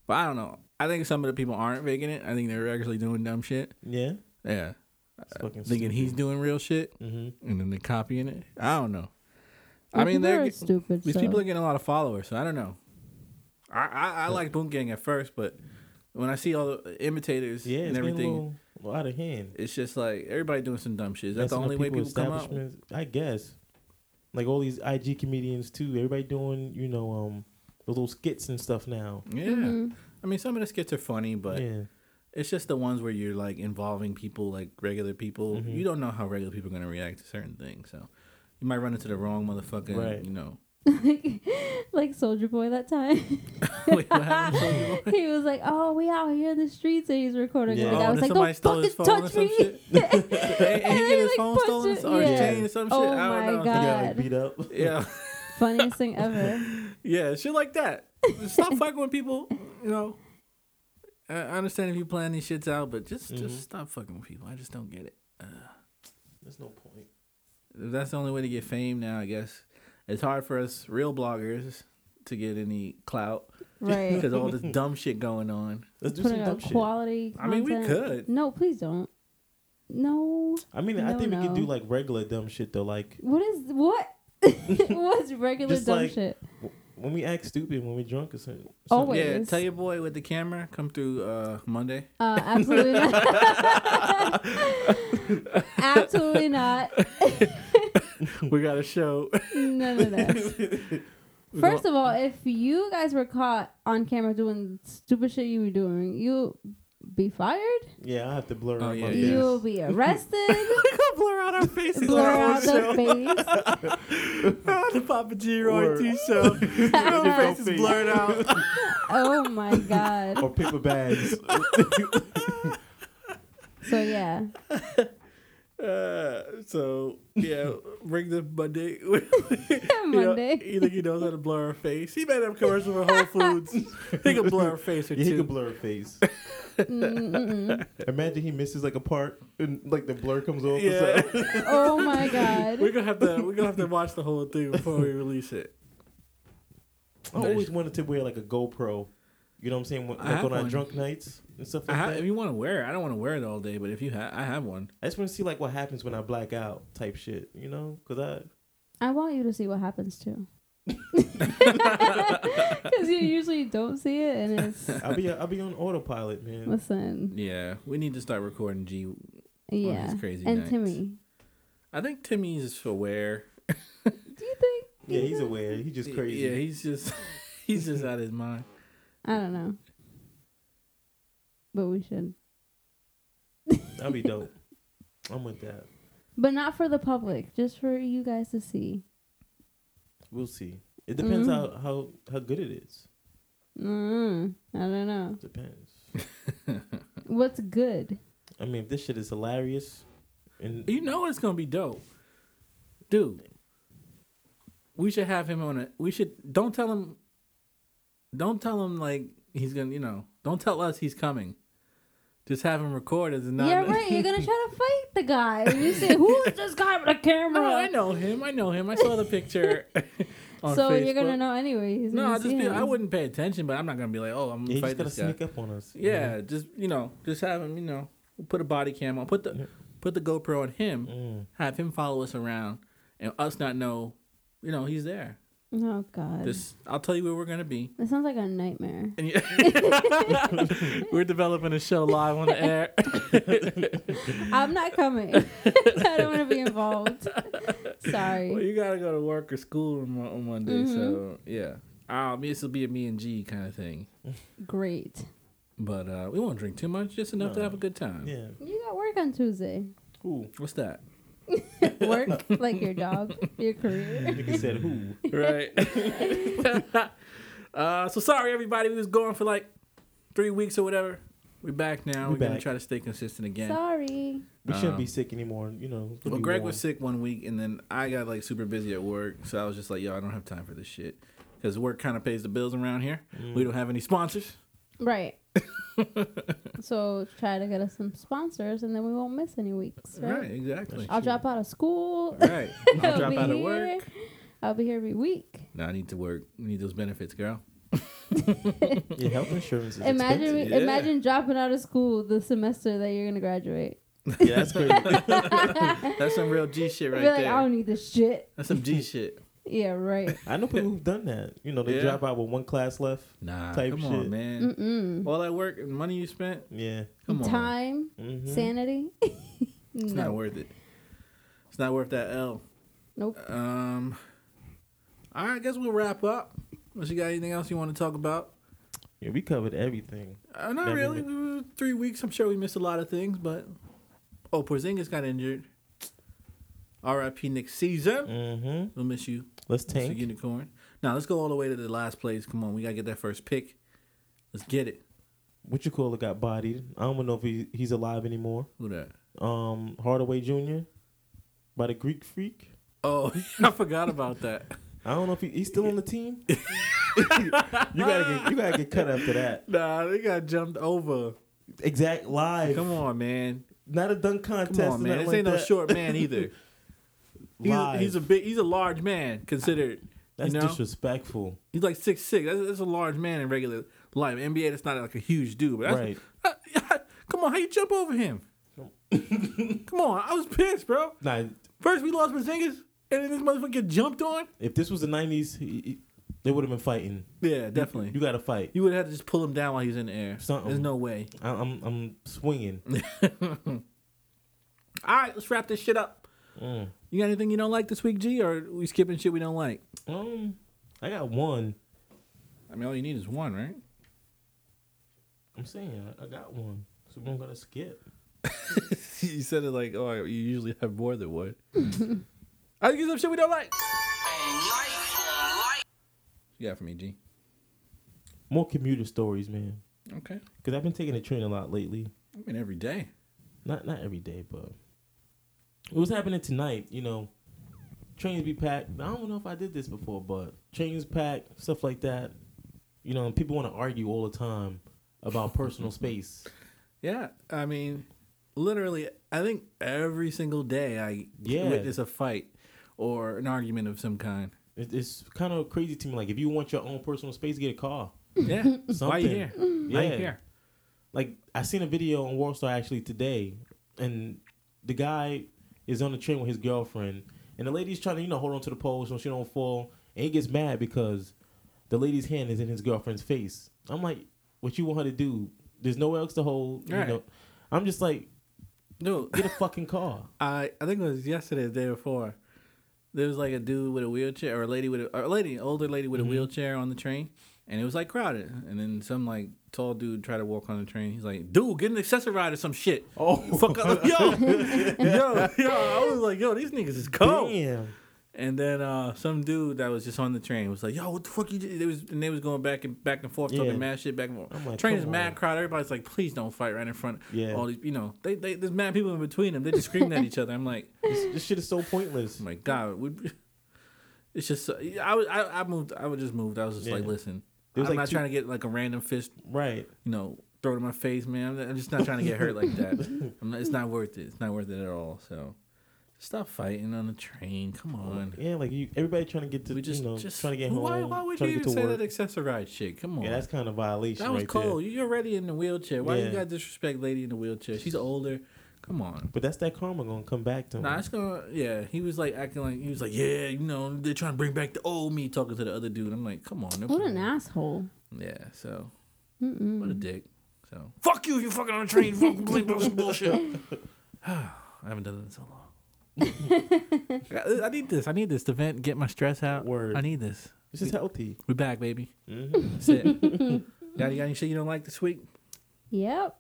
[SPEAKER 1] But I don't know. I think some of the people aren't faking it. I think they're actually doing dumb shit.
[SPEAKER 2] Yeah.
[SPEAKER 1] Yeah.
[SPEAKER 2] fucking
[SPEAKER 1] Uh, thinking he's doing real shit,
[SPEAKER 2] hmm
[SPEAKER 1] and then they're copying it. I don't know. I mean,
[SPEAKER 3] people
[SPEAKER 1] they're
[SPEAKER 3] are
[SPEAKER 1] get-
[SPEAKER 3] stupid.
[SPEAKER 1] These
[SPEAKER 3] so.
[SPEAKER 1] people are getting a lot of followers, so I don't know. I I, I like Boom Gang at first, but when I see all the imitators
[SPEAKER 2] Yeah,
[SPEAKER 1] and
[SPEAKER 2] it's everything.
[SPEAKER 1] everything,
[SPEAKER 2] a little out of hand.
[SPEAKER 1] it's just like everybody doing some dumb shit. Is that the
[SPEAKER 2] Messing up
[SPEAKER 1] only way people
[SPEAKER 2] people's
[SPEAKER 1] come out?
[SPEAKER 2] establishments, I guess. Like all these IG comedians too. Everybody doing, you know, um, those little skits and stuff now.
[SPEAKER 1] Yeah.
[SPEAKER 3] Mhm.
[SPEAKER 1] I mean, some of the skits are funny, but
[SPEAKER 2] yeah,
[SPEAKER 1] it's just the ones where you're like involving people, like regular people.
[SPEAKER 3] Mm-hmm.
[SPEAKER 2] Mhm.
[SPEAKER 1] You don't know how regular people are going to react to certain things. So you might run into the wrong motherfucker,
[SPEAKER 2] Right.
[SPEAKER 1] you know.
[SPEAKER 3] like, like Soldier Boy that time.
[SPEAKER 1] Wait, what happened to you?
[SPEAKER 3] he was like, "Oh, we out here in the streets," and he's recording.
[SPEAKER 2] Yeah.
[SPEAKER 3] And the guy
[SPEAKER 1] Oh,
[SPEAKER 3] was
[SPEAKER 1] and
[SPEAKER 3] like,
[SPEAKER 1] somebody
[SPEAKER 3] "Don't
[SPEAKER 1] stole his
[SPEAKER 3] fucking
[SPEAKER 1] phone or
[SPEAKER 3] touch
[SPEAKER 1] some
[SPEAKER 3] me!"
[SPEAKER 1] shit? and, and he
[SPEAKER 3] And
[SPEAKER 1] get
[SPEAKER 3] he,
[SPEAKER 1] his
[SPEAKER 3] like,
[SPEAKER 1] phone
[SPEAKER 3] punched
[SPEAKER 1] stolen
[SPEAKER 3] it.
[SPEAKER 1] or his
[SPEAKER 3] Yeah.
[SPEAKER 1] chain or some shit.
[SPEAKER 3] Oh
[SPEAKER 1] I
[SPEAKER 3] my
[SPEAKER 1] don't know.
[SPEAKER 2] They got
[SPEAKER 3] God.
[SPEAKER 2] like beat up.
[SPEAKER 1] Yeah.
[SPEAKER 3] Funniest thing ever.
[SPEAKER 1] Yeah, shit like that. Stop fucking with people. You know, I I understand if you plan these shits out, but just
[SPEAKER 2] Mhm.
[SPEAKER 3] Mm-hmm.
[SPEAKER 1] just stop fucking with people. I just don't get it. Uh,
[SPEAKER 2] There's no point.
[SPEAKER 1] if that's the only way to get fame now, I guess. It's hard for us real bloggers to get any clout
[SPEAKER 3] Right.
[SPEAKER 1] because all this dumb shit going on.
[SPEAKER 2] Let's do
[SPEAKER 3] Putting
[SPEAKER 2] some dumb
[SPEAKER 3] out
[SPEAKER 2] shit.
[SPEAKER 3] quality.
[SPEAKER 1] I mean, we
[SPEAKER 3] content.
[SPEAKER 1] could.
[SPEAKER 3] No, please don't. No.
[SPEAKER 2] I mean, I
[SPEAKER 3] No,
[SPEAKER 2] think we could do
[SPEAKER 3] no.
[SPEAKER 2] like regular dumb shit though. Like
[SPEAKER 3] What is what? What's regular
[SPEAKER 2] Just
[SPEAKER 3] dumb
[SPEAKER 2] like-
[SPEAKER 3] shit?
[SPEAKER 2] w- when we act stupid when we're drunk or something.
[SPEAKER 3] Oh,
[SPEAKER 2] something.
[SPEAKER 3] wait.
[SPEAKER 1] Yeah,
[SPEAKER 3] Ways.
[SPEAKER 1] tell your boy with the camera come through uh, Monday.
[SPEAKER 3] Uh, absolutely not. absolutely not.
[SPEAKER 1] We got a show.
[SPEAKER 3] No, no, no. First of all, if you guys were caught on camera doing stupid shit you were doing, you be fired.
[SPEAKER 2] yeah, I have to blur.
[SPEAKER 1] Oh,
[SPEAKER 2] out
[SPEAKER 1] yeah,
[SPEAKER 2] my
[SPEAKER 1] yeah.
[SPEAKER 2] face.
[SPEAKER 3] You'll be arrested.
[SPEAKER 1] blur out our faces.
[SPEAKER 3] blur out the face.
[SPEAKER 1] the Papa G Roy
[SPEAKER 2] Word.
[SPEAKER 1] T show. Our faces
[SPEAKER 2] face.
[SPEAKER 1] blurred out.
[SPEAKER 3] Oh my god.
[SPEAKER 2] or paper bags.
[SPEAKER 3] So yeah,
[SPEAKER 1] Uh, so yeah, bring the Monday.
[SPEAKER 3] Monday.
[SPEAKER 1] You know, either he knows how to blur her face. He made up commercial for Whole Foods. he can blur her face or
[SPEAKER 2] Yeah, he
[SPEAKER 1] two.
[SPEAKER 2] can blur a face.
[SPEAKER 3] Mm, Mm-mm-mm.
[SPEAKER 2] Imagine he misses like a part and like the blur comes off.
[SPEAKER 1] Yeah.
[SPEAKER 2] Or something.
[SPEAKER 3] Oh my
[SPEAKER 1] We're
[SPEAKER 3] god.
[SPEAKER 1] gonna have to. We're gonna have to watch the whole thing before we release it.
[SPEAKER 2] I always wanted to wear like a GoPro. You know what I'm saying? When-
[SPEAKER 1] I
[SPEAKER 2] Like
[SPEAKER 1] have
[SPEAKER 2] on our
[SPEAKER 1] one.
[SPEAKER 2] drunk nights and stuff
[SPEAKER 1] I
[SPEAKER 2] like
[SPEAKER 1] ha-
[SPEAKER 2] that.
[SPEAKER 1] if you want to wear it, I don't want to wear it all day. But if you have, I have one.
[SPEAKER 2] I just want to see like what happens when I black out type shit. You know? Cause I
[SPEAKER 3] I want you to see what happens too. Because you usually don't see it, and it's
[SPEAKER 2] I'll be I'll be on autopilot, man.
[SPEAKER 3] listen,
[SPEAKER 1] Yeah, we need to start recording. G.
[SPEAKER 3] yeah,
[SPEAKER 1] these crazy
[SPEAKER 3] and
[SPEAKER 1] nights.
[SPEAKER 3] Timmy.
[SPEAKER 1] I think Timmy's aware.
[SPEAKER 3] Do you think?
[SPEAKER 2] Yeah, he's aware. He just crazy.
[SPEAKER 1] Yeah, he's just. He's just out of his mind.
[SPEAKER 3] I don't know, but we should,
[SPEAKER 2] That'd be dope. I'm with that.
[SPEAKER 3] but not for the public, just for you guys to see.
[SPEAKER 2] We'll see. It depends
[SPEAKER 3] Mhm.
[SPEAKER 2] how, how how good it is.
[SPEAKER 3] Mm, I don't know
[SPEAKER 2] Depends.
[SPEAKER 3] what's good.
[SPEAKER 2] I mean, if this shit is hilarious, and
[SPEAKER 1] You know it's gonna be dope, dude. We should have him on it. We should don't tell him. Don't tell him like he's gonna. You know, don't tell us he's coming. Just have him record as a non.
[SPEAKER 3] you're right. You're gonna try to fight the guy. When you say, "Who is this guy with a camera?"
[SPEAKER 1] No, I know him. I know him. I saw the picture. on
[SPEAKER 3] so
[SPEAKER 1] Facebook.
[SPEAKER 3] you're gonna know anyways.
[SPEAKER 1] No,
[SPEAKER 3] You
[SPEAKER 1] I just
[SPEAKER 3] see
[SPEAKER 1] be,
[SPEAKER 3] him.
[SPEAKER 1] I wouldn't pay attention, but I'm not gonna be like, oh, I'm
[SPEAKER 2] yeah,
[SPEAKER 1] gonna
[SPEAKER 2] he's
[SPEAKER 1] fight
[SPEAKER 2] just gotta
[SPEAKER 1] this guy.
[SPEAKER 2] sneak up on us. you
[SPEAKER 1] Yeah, just you know, just have him. You know, put a body cam on. Put the
[SPEAKER 2] Yeah.
[SPEAKER 1] put the GoPro on him.
[SPEAKER 2] know? Mm.
[SPEAKER 1] have him follow us around and us not know, you know, he's there.
[SPEAKER 3] Oh God,
[SPEAKER 1] Just I'll tell you where we're gonna be.
[SPEAKER 3] it sounds like a nightmare.
[SPEAKER 1] And you- we're developing a show live on the air.
[SPEAKER 3] I'm not coming. I don't want to be involved.
[SPEAKER 1] well,
[SPEAKER 3] Sorry.
[SPEAKER 1] you gotta go to work or school on, Mon- on Monday, so
[SPEAKER 3] Mm-hmm.
[SPEAKER 1] yeah. Um, this will be a me and G kind of thing,
[SPEAKER 3] Great.
[SPEAKER 1] but uh, we won't drink too much, just enough to
[SPEAKER 2] No.
[SPEAKER 1] have a good time.
[SPEAKER 2] Yeah.
[SPEAKER 3] You got work on Tuesday.
[SPEAKER 2] Who?
[SPEAKER 1] What's that?
[SPEAKER 3] Work like your job, your career.
[SPEAKER 2] Nigga said who?
[SPEAKER 1] Right. uh, so sorry everybody, we was going for like three weeks or whatever. We're back now.
[SPEAKER 2] We
[SPEAKER 1] We're gonna
[SPEAKER 2] back.
[SPEAKER 1] try to stay consistent again.
[SPEAKER 3] Sorry.
[SPEAKER 2] We shouldn't be
[SPEAKER 1] Um,
[SPEAKER 2] sick anymore. You know. could
[SPEAKER 1] Well,
[SPEAKER 2] be
[SPEAKER 1] Greg
[SPEAKER 2] warm.
[SPEAKER 1] was sick one week, and then I got like super busy at work, so I was just like, "Yo, I don't have time for this shit," because work kind of pays the bills around here.
[SPEAKER 2] Mm.
[SPEAKER 1] We don't have any sponsors.
[SPEAKER 3] Right. so try to get us some sponsors, and then we won't miss any weeks. Right.
[SPEAKER 1] exactly.
[SPEAKER 3] I'll drop out of school.
[SPEAKER 1] Right, I'll drop
[SPEAKER 3] be
[SPEAKER 1] out of
[SPEAKER 3] here.
[SPEAKER 1] work.
[SPEAKER 3] I'll be here every week.
[SPEAKER 1] No, I need to work. I need those benefits, girl.
[SPEAKER 2] Yeah, health insurance is
[SPEAKER 3] imagine
[SPEAKER 2] expensive.
[SPEAKER 1] expensive. Yeah.
[SPEAKER 3] imagine dropping out of school the semester that you're gonna graduate.
[SPEAKER 2] Yeah, that's crazy.
[SPEAKER 1] That's some real G shit right
[SPEAKER 3] Be like,
[SPEAKER 1] there.
[SPEAKER 3] I don't need this shit.
[SPEAKER 1] That's some G shit.
[SPEAKER 3] Yeah, right.
[SPEAKER 2] I know people who've done that. You know, they
[SPEAKER 1] Yeah.
[SPEAKER 2] drop out with one class left.
[SPEAKER 1] Nah,
[SPEAKER 2] Type
[SPEAKER 1] come
[SPEAKER 2] shit.
[SPEAKER 1] on, man.
[SPEAKER 3] Mm-mm.
[SPEAKER 1] All that work and money you spent,
[SPEAKER 2] Yeah.
[SPEAKER 1] come on,
[SPEAKER 3] Time,
[SPEAKER 2] Mhm.
[SPEAKER 3] sanity.
[SPEAKER 1] it's
[SPEAKER 3] no.
[SPEAKER 1] not worth it. It's not worth that L.
[SPEAKER 3] Nope.
[SPEAKER 1] Um, all right, I guess we'll wrap up. Unless you got anything else you want to talk about?
[SPEAKER 2] Yeah, we covered everything.
[SPEAKER 1] Uh, not
[SPEAKER 2] Nothing.
[SPEAKER 1] really. We were three weeks. I'm sure we missed a lot of things, but oh, Porzingis got injured. R.I.P. Nick Caesar.
[SPEAKER 2] Mm-hmm.
[SPEAKER 1] We'll miss you,
[SPEAKER 2] Let's
[SPEAKER 1] Mr.
[SPEAKER 2] tank.
[SPEAKER 1] Unicorn. Now let's go all the way to the last place. Come on, we gotta get that first pick. Let's get it.
[SPEAKER 2] What you call it got bodied. I don't know if he, he's alive anymore.
[SPEAKER 1] Who that?
[SPEAKER 2] Um, Hardaway Jr. by the Greek Freak.
[SPEAKER 1] Oh, I forgot about that.
[SPEAKER 2] I don't know if he, he's still on the team. you gotta get you gotta get cut after that.
[SPEAKER 1] Nah, they got jumped over.
[SPEAKER 2] Exact live.
[SPEAKER 1] Come on, man.
[SPEAKER 2] Not a dunk
[SPEAKER 1] Come
[SPEAKER 2] contest.
[SPEAKER 1] on, man. This ain't no short man either. He's a, he's a big. He's a large man considered.
[SPEAKER 2] That's
[SPEAKER 1] you know?
[SPEAKER 2] disrespectful.
[SPEAKER 1] He's like six six. That's, that's a large man in regular life. NBA, that's not like a huge dude. But that's, come on, how you jump over him? come on, I was pissed, bro.
[SPEAKER 2] Nah,
[SPEAKER 1] First we lost Porzingis, and then this motherfucker jumped on.
[SPEAKER 2] if this was the nineties, they would have been fighting.
[SPEAKER 1] Yeah, definitely.
[SPEAKER 2] You gotta fight.
[SPEAKER 1] You would have had to just pull him down while he's in the air.
[SPEAKER 2] Something.
[SPEAKER 1] There's no way.
[SPEAKER 2] I, I'm I'm swinging.
[SPEAKER 1] All right, let's wrap this shit up.
[SPEAKER 2] Mm.
[SPEAKER 1] You got anything you don't like this week, G? Or we skipping shit we don't like?
[SPEAKER 2] Um, I got one.
[SPEAKER 1] I mean, all you need is one, right?
[SPEAKER 2] I'm saying I, I got one. So I'm gonna skip.
[SPEAKER 1] you said it like, oh, you usually have more than one. I think it's some shit we don't like. You got for me, G.
[SPEAKER 2] More commuter stories, man.
[SPEAKER 1] Okay.
[SPEAKER 2] Cause I've been taking the train a lot lately.
[SPEAKER 1] I mean, every day.
[SPEAKER 2] Not not every day, but it was happening tonight. You know, trains be packed. I don't know if I did this before, but trains packed, stuff like that. You know, and people want to argue all the time about personal space.
[SPEAKER 1] Yeah. I mean, literally, I think every single day I
[SPEAKER 2] Yeah.
[SPEAKER 1] witness a fight or an argument of some kind.
[SPEAKER 2] It, it's kind of crazy to me. Like, if you want your own personal space, get a car.
[SPEAKER 1] Yeah. Why you
[SPEAKER 2] Something.
[SPEAKER 1] here?
[SPEAKER 2] Yeah.
[SPEAKER 1] Why you here?
[SPEAKER 2] like I seen a video on Warstar actually today, and the guy is on the train with his girlfriend, and the lady's trying to you know hold on to the pole so she don't fall, and he gets mad because the lady's hand is in his girlfriend's face. I'm like, what you want her to do? There's nowhere else to hold. You
[SPEAKER 1] Right.
[SPEAKER 2] know, I'm just like,
[SPEAKER 1] Dude,
[SPEAKER 2] get a fucking car.
[SPEAKER 1] I I think it was yesterday, the day before. There was like a dude with a wheelchair or a lady with a, or a lady, an older lady
[SPEAKER 2] Mm-hmm.
[SPEAKER 1] with a wheelchair on the train, and it was like crowded. And then some like tall dude tried to walk on the train. He's like, "Dude, get an accessory ride or some shit."
[SPEAKER 2] Oh,
[SPEAKER 1] Fuck up, yo, yo, yo! I was like, "Yo, these niggas is cold."
[SPEAKER 2] damn.
[SPEAKER 1] And then uh, some dude that was just on the train was like, "Yo, what the fuck you?" do-" They was and they was going back and back and forth
[SPEAKER 2] Yeah.
[SPEAKER 1] talking mad shit back and forth.
[SPEAKER 2] I'm like,
[SPEAKER 1] train is
[SPEAKER 2] come on.
[SPEAKER 1] mad crowd. Everybody's like, "Please don't fight right in front."
[SPEAKER 2] Yeah.
[SPEAKER 1] All these, you know, they, they there's mad people in between them. They just screaming at each other. I'm like,
[SPEAKER 2] This, this shit is so pointless.
[SPEAKER 1] oh my god, we. It's just so- I was I, I moved I was just moved. I was just like,
[SPEAKER 2] Yeah.
[SPEAKER 1] listen, I'm
[SPEAKER 2] There was, like,
[SPEAKER 1] not
[SPEAKER 2] two-
[SPEAKER 1] trying to get like a random fist,
[SPEAKER 2] Right.
[SPEAKER 1] you know, thrown in my face, man. I'm, I'm just not trying to get hurt like that. I'm not, it's not worth it. It's not worth it at all. So, stop fighting on the train. Come on.
[SPEAKER 2] Yeah, like you, everybody trying to get to
[SPEAKER 1] We just,
[SPEAKER 2] you know
[SPEAKER 1] just
[SPEAKER 2] trying to get home.
[SPEAKER 1] Why, why would you
[SPEAKER 2] trying to
[SPEAKER 1] even
[SPEAKER 2] get to
[SPEAKER 1] say
[SPEAKER 2] work.
[SPEAKER 1] that accessorized shit? Come on,
[SPEAKER 2] yeah, that's kind of violation.
[SPEAKER 1] that was
[SPEAKER 2] right there.
[SPEAKER 1] cold. You're already in the wheelchair. Why
[SPEAKER 2] Yeah.
[SPEAKER 1] you got disrespect, lady in the wheelchair? She's older. Come on.
[SPEAKER 2] But that's that karma gonna come back to him.
[SPEAKER 1] Nah, it's gonna. Yeah, he was like acting like he was like, yeah, you know, they're trying to bring back the old me. Talking to the other dude, I'm like, come on. no
[SPEAKER 3] What an
[SPEAKER 1] problem.
[SPEAKER 3] asshole.
[SPEAKER 1] Yeah. So
[SPEAKER 3] Mm-mm.
[SPEAKER 1] what a dick. So fuck you. if You fucking on a train. Fuck blink, blink, bullshit. I haven't done it in so long. I- I need this. I need this to vent, get my stress out.
[SPEAKER 2] Word.
[SPEAKER 1] I need this.
[SPEAKER 2] This is healthy.
[SPEAKER 1] We back, baby.
[SPEAKER 2] Mm-hmm.
[SPEAKER 1] That's it. got, got any shit you don't like this week?
[SPEAKER 3] Yep.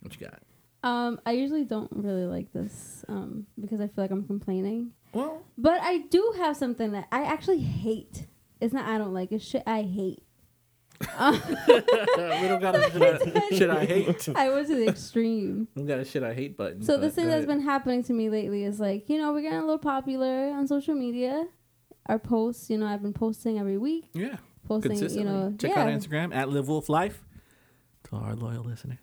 [SPEAKER 1] What you got?
[SPEAKER 3] Um, I usually don't really like this um, because I feel like I'm complaining.
[SPEAKER 1] Well,
[SPEAKER 3] But I do have something that I actually hate. It's not I don't like. It's shit I hate.
[SPEAKER 1] we don't got a shit I hate. We
[SPEAKER 3] I went to the extreme.
[SPEAKER 1] don't got a shit I hate button.
[SPEAKER 3] So
[SPEAKER 1] but
[SPEAKER 3] this thing
[SPEAKER 1] go
[SPEAKER 3] that's
[SPEAKER 1] ahead.
[SPEAKER 3] been happening to me lately is like, you know, we're getting a little popular on social media. Our posts, you know, I've been posting every week,
[SPEAKER 1] yeah
[SPEAKER 3] posting, you
[SPEAKER 1] consistently.
[SPEAKER 3] know,
[SPEAKER 1] Check
[SPEAKER 3] yeah.
[SPEAKER 1] out Instagram at Live Wolf Life to our loyal listeners.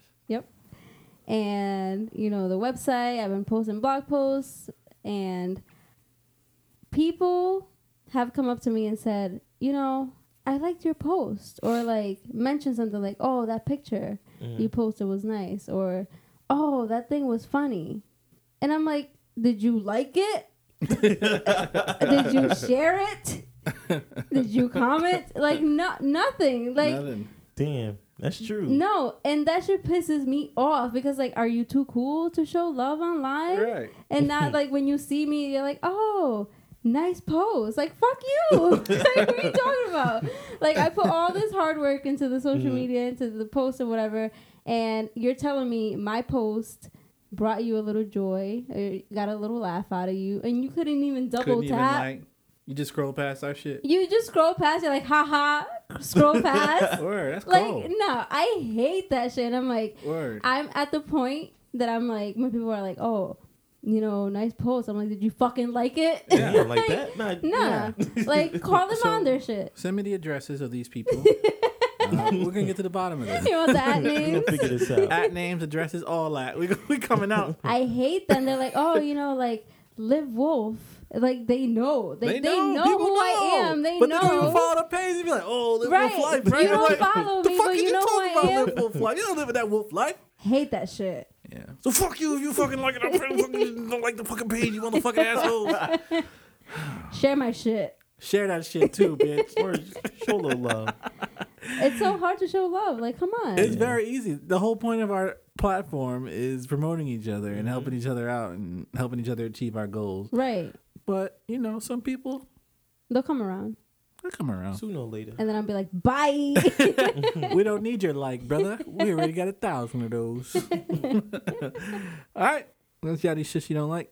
[SPEAKER 3] and you know the website i've been posting blog posts and people have come up to me and said you know I liked your post or like mention something like, oh, that picture you posted was nice or oh, that thing was funny. And I'm like, did you like it? did you share it? did you comment? Like no nothing. Like
[SPEAKER 1] Nothing.
[SPEAKER 2] Damn, that's true.
[SPEAKER 3] no, and that shit pisses me off because like, are you too cool to show love online?
[SPEAKER 1] Right.
[SPEAKER 3] And not like when you see me, you're like, oh, nice pose. Like, fuck you. like, what are you talking about? Like, I put all this hard work into the social
[SPEAKER 1] Mm-hmm.
[SPEAKER 3] media, into the post or whatever, and you're telling me my post brought you a little joy, or got a little laugh out of you, and you couldn't even double
[SPEAKER 1] Couldn't even
[SPEAKER 3] tap.
[SPEAKER 1] like. You just scroll past our shit.
[SPEAKER 3] you just scroll past, you're like, haha, scroll past.
[SPEAKER 1] Word. That's
[SPEAKER 3] like,
[SPEAKER 1] cold.
[SPEAKER 3] no, I hate that shit. I'm like,
[SPEAKER 1] Word.
[SPEAKER 3] I'm at the point that I'm like, when people are like, oh, you know, nice post. I'm like, did you fucking like it?
[SPEAKER 2] Damn, like that? Nah.
[SPEAKER 3] Nah. like, call them
[SPEAKER 1] So-
[SPEAKER 3] on their shit.
[SPEAKER 1] Send me the addresses of these people. Uh, we're gonna get to the bottom of this.
[SPEAKER 3] You want the at
[SPEAKER 2] we gonna
[SPEAKER 3] names?
[SPEAKER 2] figure this out.
[SPEAKER 1] At names, addresses, all that. We we coming out.
[SPEAKER 3] I hate them. They're like, oh, you know, like, Live Wolf. Like, they know. They, they, know,
[SPEAKER 1] people
[SPEAKER 3] who I am. They
[SPEAKER 1] but
[SPEAKER 3] know.
[SPEAKER 1] But they don't even follow the page. They be like, "Oh, live
[SPEAKER 3] Right.
[SPEAKER 1] wolf life."
[SPEAKER 3] You
[SPEAKER 1] Right?
[SPEAKER 3] don't
[SPEAKER 1] Like,
[SPEAKER 3] follow
[SPEAKER 1] the
[SPEAKER 3] me,
[SPEAKER 1] fuck
[SPEAKER 3] but
[SPEAKER 1] are
[SPEAKER 3] you know who
[SPEAKER 1] talking
[SPEAKER 3] I
[SPEAKER 1] about
[SPEAKER 3] am?
[SPEAKER 1] live wolf life. You don't live in that wolf life.
[SPEAKER 3] hate that shit.
[SPEAKER 1] Yeah. So fuck you if you fucking like it. I fucking don't like the fucking page. You motherfucking asshole.
[SPEAKER 3] Share my shit.
[SPEAKER 1] Share that shit too, bitch.
[SPEAKER 2] Word, show a little love.
[SPEAKER 3] It's so hard to show love. Like, come on.
[SPEAKER 1] It's very easy. The whole point of our platform is promoting each other
[SPEAKER 2] Mm-hmm.
[SPEAKER 1] and helping each other out and helping each other achieve our goals.
[SPEAKER 3] right.
[SPEAKER 1] But you know, some people
[SPEAKER 3] They'll come around.
[SPEAKER 1] they come around.
[SPEAKER 2] Sooner or later.
[SPEAKER 3] And then I'll be like, bye.
[SPEAKER 1] we don't need your like, brother. We already got a thousand of those. All right, let's y'all these shits you don't like.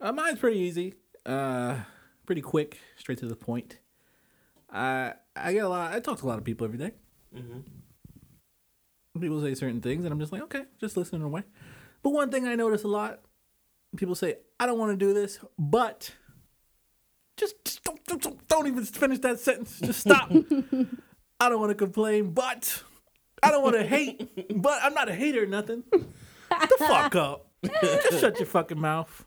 [SPEAKER 1] Uh, mine's pretty easy, uh, pretty quick, straight to the point. I I get a lot. I talk to a lot of people every day. People say certain things, and I'm just like, okay, just listening away. But one thing I notice a lot, people say, I don't want to do this, but just, just don't, don't, don't, don't even finish that sentence. Just stop. I don't want to complain, but I don't want to hate, but I'm not a hater or nothing. the fuck up. just shut your fucking mouth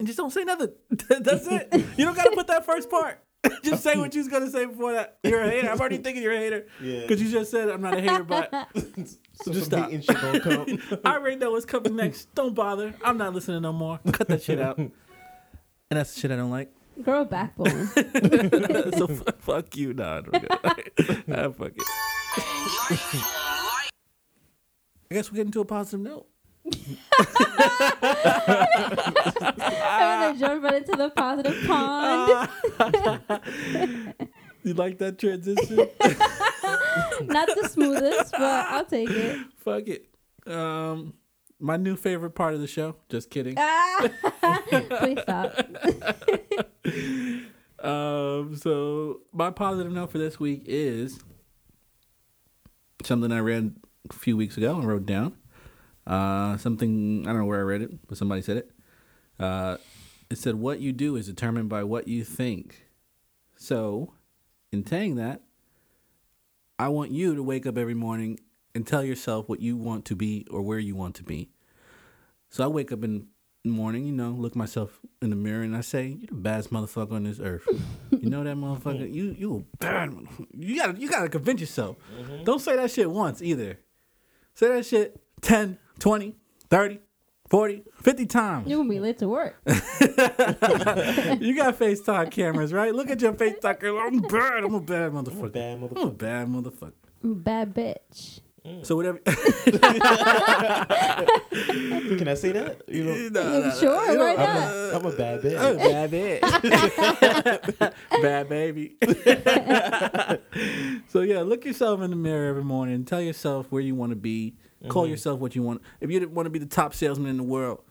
[SPEAKER 1] and just don't say nothing. That's it. You don't got to put that first part. just say what you was going to say before that. You're a hater. I'm already thinking you're a hater
[SPEAKER 2] Yeah.
[SPEAKER 1] because you just said I'm not a hater, but
[SPEAKER 2] So
[SPEAKER 1] Just
[SPEAKER 2] some
[SPEAKER 1] stop.
[SPEAKER 2] hating shit gonna come.
[SPEAKER 1] I already know what's coming next. Don't bother. I'm not listening no more. Cut that shit out. And that's the shit I don't like.
[SPEAKER 3] Girl backbone.
[SPEAKER 1] so f- fuck you, nah. don't get- nah, fuck it. I guess we're getting to a positive note.
[SPEAKER 3] I'm gonna jump right into the positive pond.
[SPEAKER 1] You like that transition?
[SPEAKER 3] Not the smoothest, but I'll take it.
[SPEAKER 1] fuck it. Um, my new favorite part of the show. Just kidding.
[SPEAKER 3] Ah! Please stop.
[SPEAKER 1] Um, so my positive note for this week is something I read a few weeks ago and wrote down. Uh, something I don't know where I read it, but somebody said it. Uh, it said, "What you do is determined by what you think." So, in saying that, I want you to wake up every morning and tell yourself what you want to be or where you want to be. So I wake up in the morning, you know, look myself in the mirror, and I say, "You're the baddest motherfucker on this earth." you know that motherfucker. You you a bad. motherfucker. You gotta you gotta convince yourself. Don't say that shit once either. Say that shit 10, 20, 30, 40, 50 times.
[SPEAKER 3] You're gonna be late to work.
[SPEAKER 1] you got FaceTime cameras, right? Look at your FaceTime camera. I'm bad. I'm a bad motherfucker.
[SPEAKER 2] Bad Mm.
[SPEAKER 1] I'm a
[SPEAKER 2] motherfucker.
[SPEAKER 1] bad motherfucker.
[SPEAKER 3] Bad bitch.
[SPEAKER 1] So whatever.
[SPEAKER 2] Can I say that? You know,
[SPEAKER 1] No, no, no.
[SPEAKER 3] sure,
[SPEAKER 1] You know,
[SPEAKER 3] why
[SPEAKER 1] I'm
[SPEAKER 3] not?
[SPEAKER 1] a-
[SPEAKER 2] I'm a bad
[SPEAKER 1] Oh,
[SPEAKER 2] bitch.
[SPEAKER 1] bad bitch. bad baby. so yeah, look yourself in the mirror every morning. Tell yourself where you want to be. Call yourself what you want. If you want to be the top salesman in the world,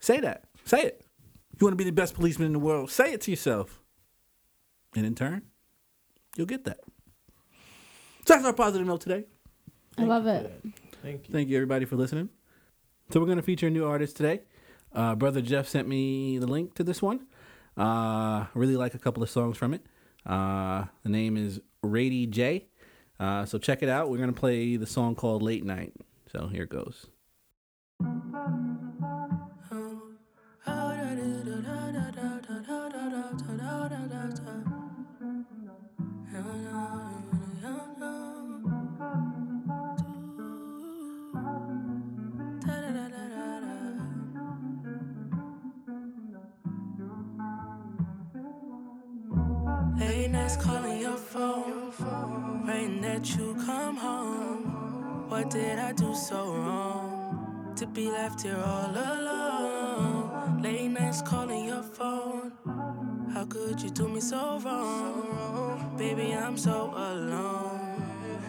[SPEAKER 1] say that. Say it. You want to be the best policeman in the world. Say it to yourself. And in turn, you'll get that. So that's our positive note today.
[SPEAKER 3] I love it.
[SPEAKER 2] Thank you.
[SPEAKER 1] Thank you everybody for listening. So we're gonna feature a new artist today. Uh, Brother Jeff sent me the link to this one. Uh, I really like a couple of songs from it. Uh, the name is Rady J. Uh, so check it out. We're gonna play the song called Late Night. So here it goes.
[SPEAKER 6] Late late nights calling your phone, praying that you come home. What did I do so wrong to be left here all alone? Late nights calling your phone. How could you do me so wrong? Baby, I'm so alone.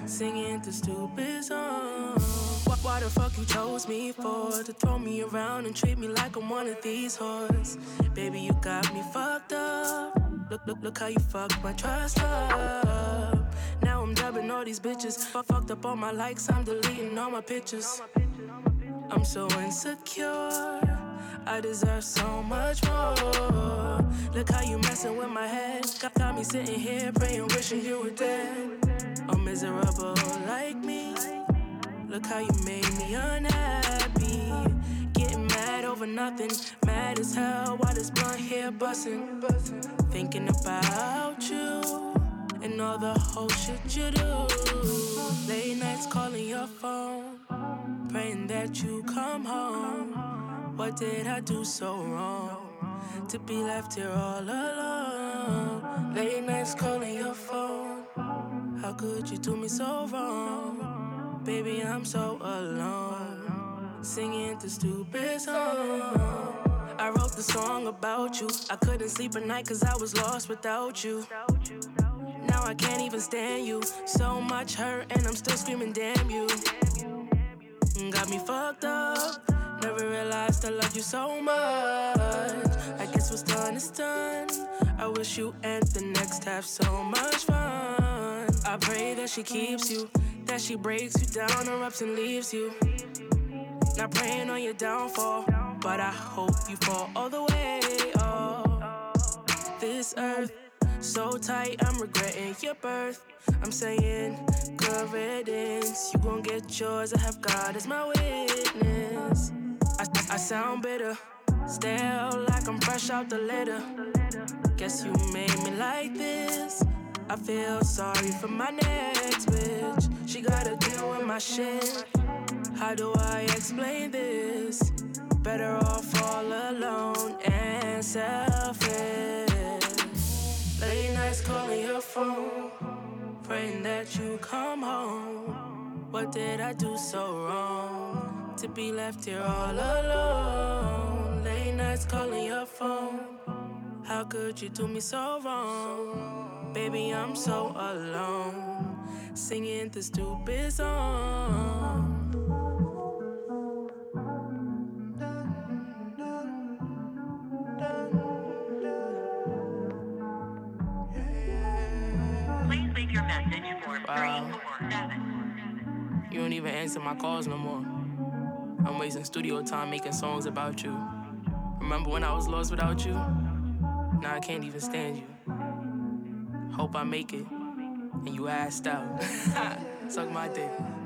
[SPEAKER 6] Singing the stupid song. Why, why the fuck you chose me for? To throw me around and treat me like I'm one of these whores. Baby, you got me fucked up. Look, look, look how you fucked my trust up. Now I'm dubbing all these bitches. Fuck, fucked up all my likes, I'm deleting all my pictures. I'm so insecure. I deserve so much more. Look how you messing with my head. Got, got me sitting here praying, wishing you were dead. A miserable like me. Look how you made me unhappy. Getting mad over nothing. Mad as hell while this blunt here busting. Thinking about you and all the whole shit you do. Late nights calling your phone praying that you come home. What did I do so wrong to be left here all alone? Late nights calling your phone. How could you do me so wrong? Baby, I'm so alone. Singing the stupid song. I wrote the song about you. I couldn't sleep at night cause I was lost without you. Now I can't even stand you. So much hurt and I'm still screaming, damn you. Got me fucked up. Never realized I love you so much. I guess what's done is done. I wish you and the next have so much fun. I pray that she keeps you, that she breaks you down or ups and leaves you. Not praying on your downfall, but I hope you fall all the way. Oh, this earth so tight, I'm regretting your birth. I'm saying good riddance. You gon' get yours. I have God as my witness. I, I sound bitter, still like I'm fresh out the litter. Guess you made me like this. I feel sorry for my next bitch. She gotta deal with my shit. How do I explain this? Better off all alone and selfish. Late nights calling your phone, praying that you come home. What did I do so wrong to be left here all alone? Late nights calling your phone, how could you do me so wrong? Baby, I'm so alone, singing the stupid song.
[SPEAKER 7] Please leave your message for
[SPEAKER 6] Wow.
[SPEAKER 7] 347.
[SPEAKER 6] You don't even answer my calls no more. I'm wasting studio time making songs about you. Remember when I was lost without you? Now I can't even stand you. Hope I make it. And you assed out. Suck my dick.